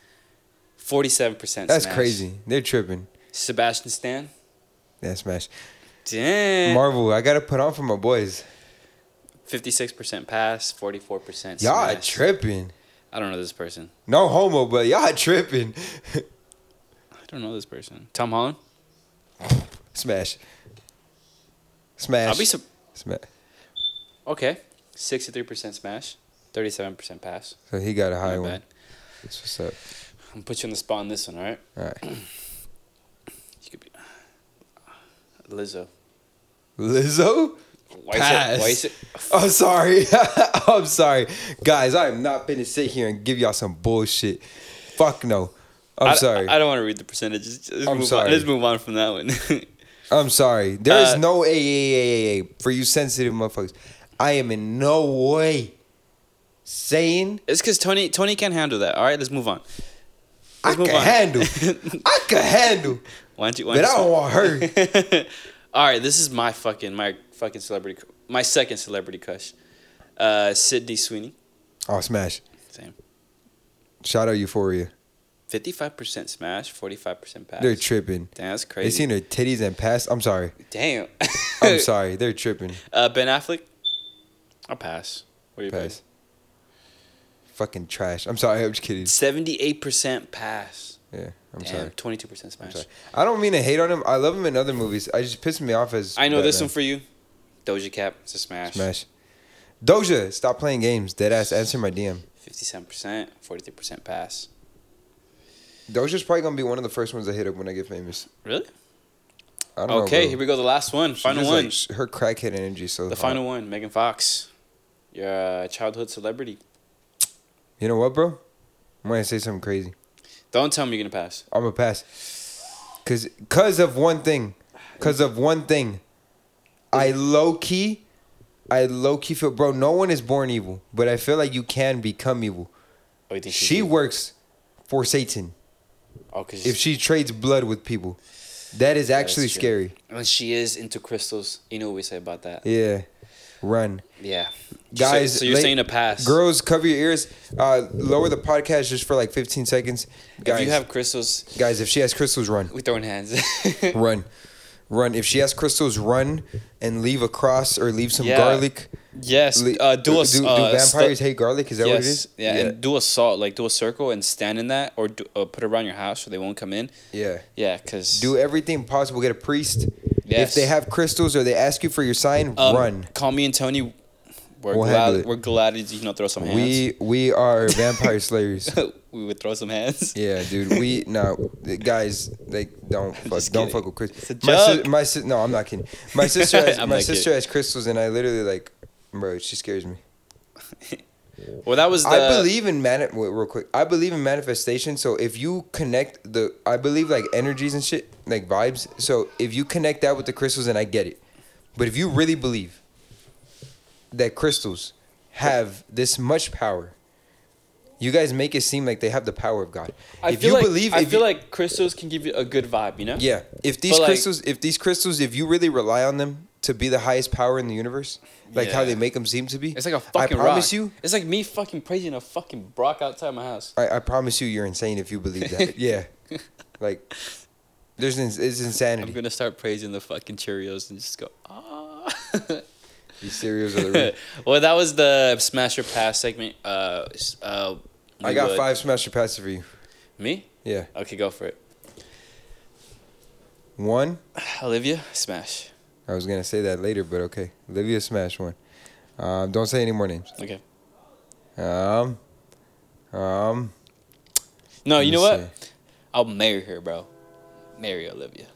A: 47%
B: That's
A: smash.
B: crazy. They're tripping.
A: Sebastian Stan?
B: That smash.
A: Damn.
B: Marvel, I gotta put on for my boys.
A: 56% pass, 44%
B: Y'all
A: smash.
B: tripping.
A: I don't know this person.
B: No homo, but y'all tripping.
A: I don't know this person. Tom Holland?
B: smash. Smash.
A: I'll be su-
B: Smash.
A: Okay. 63% smash, 37% pass.
B: So he got a high
A: Not
B: one.
A: bad.
B: That's what's up.
A: I'm going to put you on the spot on this one, all right?
B: All right.
A: You could be Lizzo.
B: Lizzo?
A: Why
B: Pass.
A: Is it, why is it?
B: I'm sorry. Oh, I'm sorry. Guys, I am not gonna sit here and give y'all some bullshit. Fuck no. I'm
A: I-
B: sorry.
A: I, don't want to read the percentages. Just move on.
B: sorry.
A: Let's move on from that one.
B: I'm sorry. There is
A: Uh,
B: no AAAA for you sensitive motherfuckers. I am in no way saying
A: It's because Tony Tony can't handle that. All right, let's move on.
B: I
A: Let's move
B: can
A: on.
B: handle. I can handle.
A: Why don't you? Why
B: But I
A: don't
B: don't
A: you-
B: want her.
A: All right, this is my fucking my fucking celebrity cr- my second celebrity crush, uh, Sydney Sweeney.
B: Oh, smash.
A: Same.
B: Shout out Euphoria.
A: Fifty five percent smash, forty five percent pass.
B: They're tripping.
A: Damn, that's
B: They
A: crazy.
B: seen her titties and pass. I'm sorry.
A: Damn.
B: I'm sorry. They're tripping.
A: Uh, ben Affleck. I'll pass. What do you
B: Pass.
A: pass?
B: Fucking trash. I'm sorry. I'm just kidding.
A: Seventy eight percent pass.
B: Yeah. I'm
A: Damn,
B: sorry.
A: twenty two percent
B: I'm
A: smash.
B: sorry. I don't mean to hate on him. I love him in other movies. I just pissed me off as
A: I know this
B: Batman.
A: one for you. Doja Cat. It's a smash.
B: Smash. Doja, stop playing games. Deadass, answer my DM.
A: Fifty seven percent, forty three percent pass.
B: Doja's probably gonna be one of the first ones I hit up when I get famous.
A: Really?
B: I don't know.
A: Okay,
B: bro.
A: here we go. The last one,
B: She
A: final
B: just,
A: one.
B: like, sh- her crackhead energy. is So
A: The
B: hot.
A: final one, Megan Fox, your uh, childhood celebrity.
B: You know what, bro? I'm gonna say something crazy.
A: Don't tell me you're gonna pass.
B: I'm gonna pass. Cause, cause of one thing, cause of one thing, I low key, I low key feel, bro. No one is born evil, but I feel like you can become evil.
A: Oh, you think she's
B: She
A: evil?
B: works for Satan.
A: Oh, cause
B: If she trades blood with people, that is
A: that
B: actually
A: is true.
B: scary.
A: and she is into crystals, you know what we say about that. Yeah,
B: Yeah, run.
A: So-
B: Guys,
A: So, you're
B: la-
A: saying a pass,
B: Girls, cover your ears. Uh, lower the podcast just for like 15 seconds. Guys,
A: If you have crystals,
B: guys, if she has crystals, run,
A: we throwing hands.
B: run, run. If she has crystals, run and leave a cross or leave some
A: Yeah.
B: garlic.
A: yes,
B: Le-
A: uh, do a s-
B: do, do
A: uh, stu-
B: vampires hate garlic? Is that what it
A: yes,
B: is?
A: yeah, and do a salt, like do a circle and stand in that, or do, uh, put it around your house so they won't come in.
B: yeah.
A: Yeah, cause
B: Do everything possible. Get a priest.
A: Yes.
B: If they have crystals or they ask you for your sign,
A: um,
B: run.
A: Call me and Tony. We're
B: We'll handle
A: glad.
B: it.
A: We're glad you know throw some hands.
B: We we are vampire slayers.
A: we would throw some hands.
B: Yeah, dude. We no the guys. They don't fuck.
A: Just
B: Don't
A: kidding.
B: fuck with
A: It's a
B: crystals. My, sis-
A: joke.
B: my sis- no, I'm not kidding. My sister, has,
A: I'm
B: my
A: not
B: sister
A: kidding.
B: has crystals, and I literally like, bro, she scares me.
A: Well, that was the.
B: I believe in mani- wait, Real quick, I believe in manifestation. So if you connect the, I believe like energies and shit, like vibes. So if you connect that with the crystals, and I get it. But if you really believe that crystals have this much power, you guys make it seem like they have the power of God.
A: I
B: if
A: feel
B: you
A: like,
B: believe,
A: I
B: if
A: feel
B: you,
A: like crystals can give you a good vibe. You know.
B: Yeah. If these
A: But, like-
B: crystals, if these crystals, if you really rely on them to be the highest power in the universe, like how
A: Yeah.
B: they make them seem to be,
A: It's like a fucking.
B: I promise
A: rock.
B: you,
A: It's like me fucking praising a fucking rock outside my house.
B: I, I promise you, you're insane if you believe that. yeah. Like, there's ins it's insanity.
A: I'm gonna start praising the fucking Cheerios and just go. Ah.
B: These cereals are the real.
A: well, that was the smash or pass segment. Uh, s- uh,
B: I
A: we
B: got
A: would-
B: five smasher passes for you.
A: Me?
B: Yeah.
A: Okay, go for it.
B: One.
A: Olivia, smash.
B: I was gonna say that later, but okay. Olivia smash one. Um, don't say any more names.
A: Okay.
B: Um. Um.
A: No,
B: let
A: you
B: me
A: know what?
B: see.
A: I'll marry her, bro. Marry Olivia.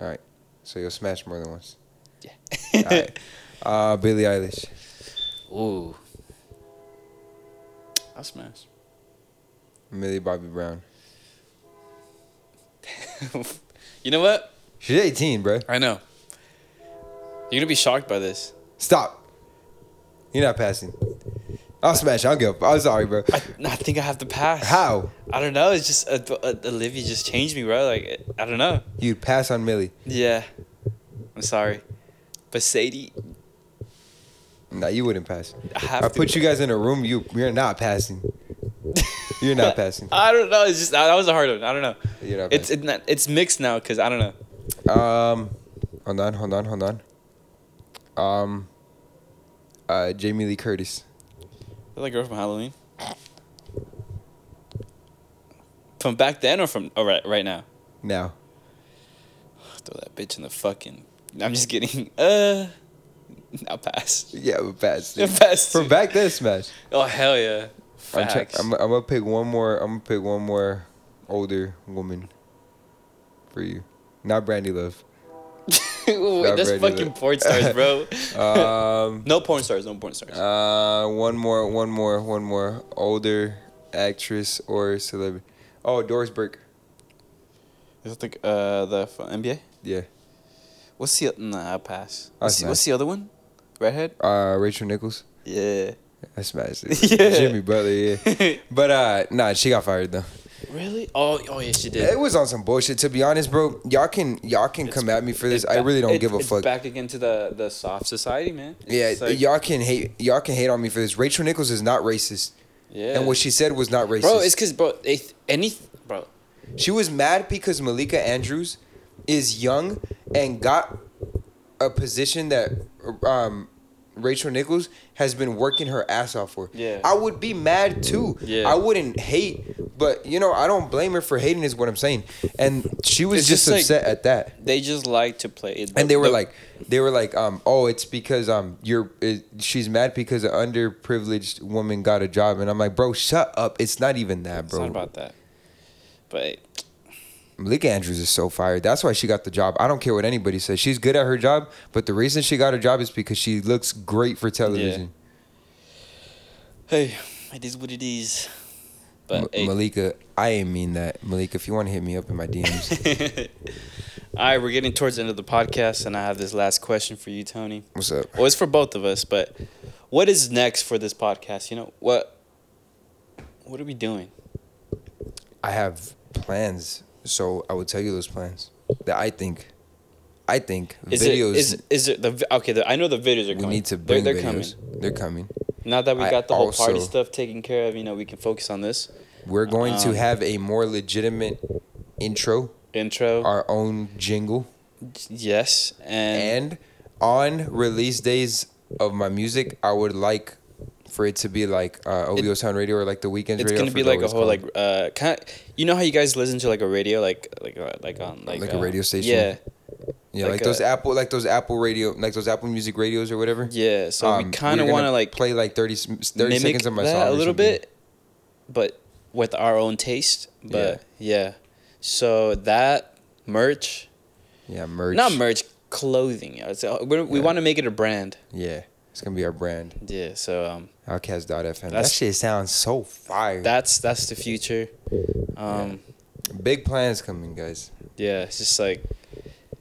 B: All right. So you'll smash more than once.
A: Yeah.
B: All right. Uh, Billie Eilish.
A: Ooh. I'll smash.
B: Millie Bobby Brown.
A: you know what?
B: She's 18, bro.
A: I know. You're gonna be shocked by this.
B: Stop. You're not passing. I'll smash. I'll go. I'm sorry, bro.
A: I, I think I have to pass.
B: How
A: I don't know. It's just uh, uh, Olivia just changed me, bro. Like I don't know.
B: you pass on Millie?
A: Yeah, I'm sorry, but Sadie,
B: Nah, you wouldn't pass.
A: I have
B: I
A: to.
B: put you guys in a room. You you're not passing. You're not passing.
A: I don't know. It's just that was a hard one. I don't know.
B: You're not
A: It's it's, not, it's mixed now because I don't know.
B: Um, hold on, hold on, hold on. Um, uh, Jamie Lee Curtis.
A: Is that girl from Halloween? From back then or from oh, right right now?
B: Now,
A: Throw that bitch in the fucking. I'm just kidding. Uh, I'll pass.
B: yeah, but pass.
A: I'll
B: dude.
A: pass.
B: From back then, smash.
A: Oh hell yeah.
B: I'm, try-
A: Facts.
B: I'm, I'm gonna pick one more. I'm gonna pick one more older woman for you. Not Brandy Love.
A: Wait,
B: Not
A: that's
B: ready
A: fucking
B: yet.
A: porn stars, bro.
B: Um,
A: no porn stars. No porn stars.
B: uh, one more, one more, one more older actress or celebrity. Oh, Doris Burke.
A: Is that the uh the f- NBA?
B: Yeah.
A: What's the nah? I'll pass.
B: That's
A: What's, the-
B: nice.
A: what's the other one? Redhead.
B: Uh, Rachel Nichols.
A: Yeah.
B: I smashed it.
A: Yeah.
B: Jimmy Butler, yeah. but uh nah, she got fired though.
A: Really? Oh oh yeah, she did.
B: It was on some bullshit. To be honest, bro, y'all can y'all can come at me for this.
A: It's
B: I
A: ba-
B: really don't
A: it-
B: give a
A: it's
B: fuck.
A: Back again to the the soft society, man. It's
B: yeah,
A: just like-
B: y'all can hate y'all can hate on me for this. Rachel Nichols is not racist.
A: yeah.
B: And what she said was not racist.
A: bro, it's because bro, it, any bro,
B: she was mad because Malika Andrews is young and got a position that um Rachel Nichols has been working her ass off for.
A: Yeah.
B: I would be mad too.
A: Yeah.
B: I wouldn't hate, but you know, I don't blame her for hating is what I'm saying. And she was
A: It's
B: just,
A: just like-
B: upset at that.
A: they just like to play. it.
B: And they were
A: The-
B: like, they were like, um, oh, it's because um, you're, it, she's mad because an underprivileged woman got a job, and I'm like, bro, shut up. It's not even that,
A: it's not
B: bro.
A: about that. But
B: Malika Andrews is so fired. That's why she got the job. I don't care what anybody says. She's good at her job, but the reason she got her job is because she looks great for television.
A: hey, it is what it is. But
B: M-
A: hey.
B: Malika, I ain't mean that. Malika, if you want to hit me up in my DMs,
A: all right, we're getting towards the end of the podcast, and I have this last question for you, Tony.
B: what's up?
A: Well, it's for both of us, but what is next for this podcast? You know what? What are we doing?
B: I have plans, so I would tell you those plans that I think, I think
A: Is
B: videos.
A: it is is it the vi- okay? The, I know the videos are
B: we
A: coming.
B: need to
A: They're-
B: bring
A: they're,
B: videos.
A: coming.
B: They're coming.
A: Now that we
B: I
A: got the whole party
B: also-
A: stuff taken care of, you know we can focus on this
B: We're going
A: Um,
B: to have a more legitimate intro,
A: intro.
B: our own jingle,
A: Yes, and,
B: and on release days of my music, I would like for it to be like uh, OVO Sound Radio or like the Weekends
A: it's
B: Radio. I
A: gonna be
B: forgot
A: like
B: what
A: a
B: it's
A: whole
B: called.
A: like uh kind. You know how you guys listen to like a radio, like like uh, like on like
B: Like a
A: uh,
B: radio station?
A: Yeah,
B: yeah,
A: like
B: like, those
A: a-
B: Apple, like those Apple radio, like those Apple Music radios or whatever.
A: yeah. So
B: Um,
A: we kind
B: we're
A: of
B: gonna
A: want to like
B: play like 30, s- 30
A: mimic
B: seconds of my
A: that
B: song
A: a
B: or
A: little
B: something.
A: bit, but with our own taste. But yeah, so that merch,
B: Yeah, merch.
A: not merch, clothing. It's, uh, we're, we
B: Yeah.
A: want to make it a brand.
B: Yeah, it's gonna be our brand.
A: Yeah. So um,
B: Outcast.fm. That
A: That's-
B: shit sounds so fire.
A: that's that's the future. Um,
B: Big plans coming, guys.
A: yeah. It's just like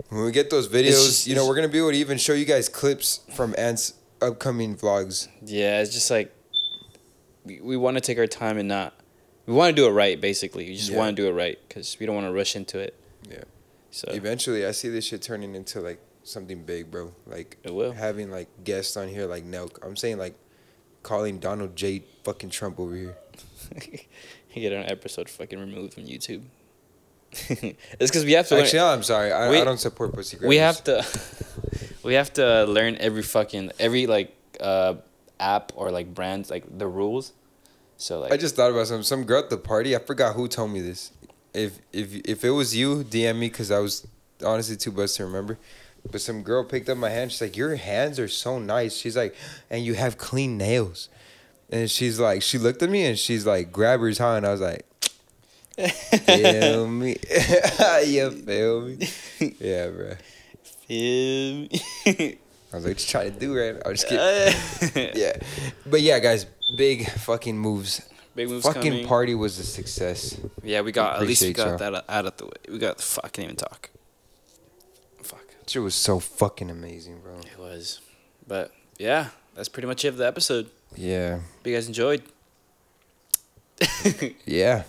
B: When we get those
A: It's
B: videos,
A: just-
B: you know, we're gonna be able to even show you guys clips from Ant's upcoming vlogs.
A: yeah. It's just like we, we want to take our time and not. We want to do it right, basically. We just
B: Yeah.
A: want to do it right because we don't want to rush into it.
B: Yeah.
A: So
B: Eventually, I see this shit turning into like something big, bro. Like
A: It will.
B: having like guests on here, like Nelk. I'm saying like calling Donald J. fucking Trump over here.
A: get an episode fucking removed from YouTube. it's because we have to. learn-
B: Actually, no, I'm sorry. I,
A: we-
B: I don't support pussy grabbers.
A: we have to we have to learn every fucking every like uh app or like brands like the rules so like
B: I just thought about something. Some girl at the party. I forgot who told me this. If if if it was you, DM me because I was honestly too buzzed to remember. But some girl picked up my hand. She's like, "Your hands are so nice." She's like, "And you have clean nails." And she's like, she looked at me and she's like, "Grab her huh?" And I was like, "Feel me? you feel me? Yeah, bro." I was like, "What you trying to do right?" now?" I'm just
A: Uh,
B: kidding. Yeah, but yeah, guys, big fucking moves.
A: big moves
B: fucking
A: coming.
B: party was a success.
A: yeah we got at least we
B: Appreciate
A: got
B: y'all.
A: that out of the way we got fuck, I can't even talk fuck
B: Shit was so fucking amazing, bro.
A: it was but yeah that's pretty much it for the episode
B: Yeah.
A: hope you guys enjoyed
B: Yeah.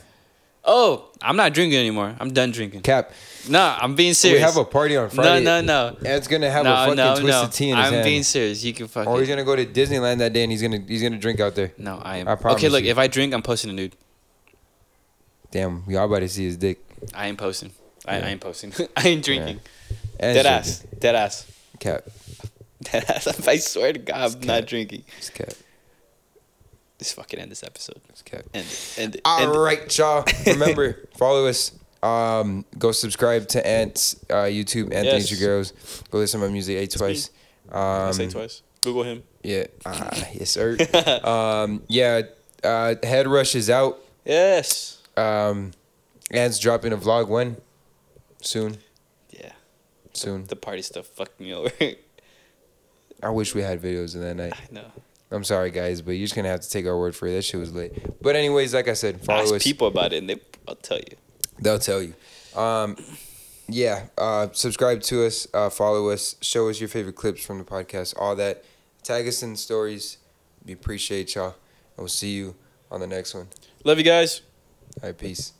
A: Oh, I'm not drinking anymore. I'm done drinking.
B: Cap,
A: Nah, I'm being
B: we
A: serious.
B: have a party on Friday.
A: No, no, no.
B: Ed's gonna have a
A: no,
B: fucking
A: no,
B: twisted
A: no.
B: tea in his
A: I'm
B: hand.
A: being serious. You can fucking.
B: Or he's gonna go to Disneyland that day and he's gonna he's gonna drink out there.
A: no, I am.
B: I promise
A: okay, look.
B: you.
A: If I drink, I'm posting a nude.
B: Damn, y'all about to see his dick.
A: I ain't posting. I,
B: Yeah.
A: I ain't posting. I ain't drinking.
B: Ed's
A: Dead
B: drinking.
A: ass. Dead ass.
B: Cap.
A: Dead ass. I swear to God, I'm not
B: kidding.
A: drinking.
B: It's cap.
A: Let's fucking end this episode.
B: It's cap.
A: End it. End it.
B: All
A: End it.
B: right, y'all. Remember, follow us. Um, go subscribe to Ant's uh, YouTube, Anthony
A: Yes.
B: Gigeros. Go listen to my music eight
A: me.
B: twice.
A: I
B: Um,
A: say twice. Google him.
B: Yeah. Ah, yes, sir. um, yeah. Uh, Head Rush is out.
A: Yes.
B: Um, Ant's dropping a vlog when? Soon.
A: Yeah.
B: Soon.
A: The party stuff fucked me over.
B: I wish we had videos of that night.
A: no.
B: I'm sorry, guys, but you're just gonna have to take our word for it. That shit was lit. But anyways, like I said, follow
A: Ask
B: us.
A: people about it, and they. I'll tell you.
B: They'll tell you. Um, yeah, uh, subscribe to us, uh, follow us, show us your favorite clips from the podcast, all that. Tag us in stories. We appreciate y'all, and we'll see you on the next one.
A: Love you guys.
B: All right, peace.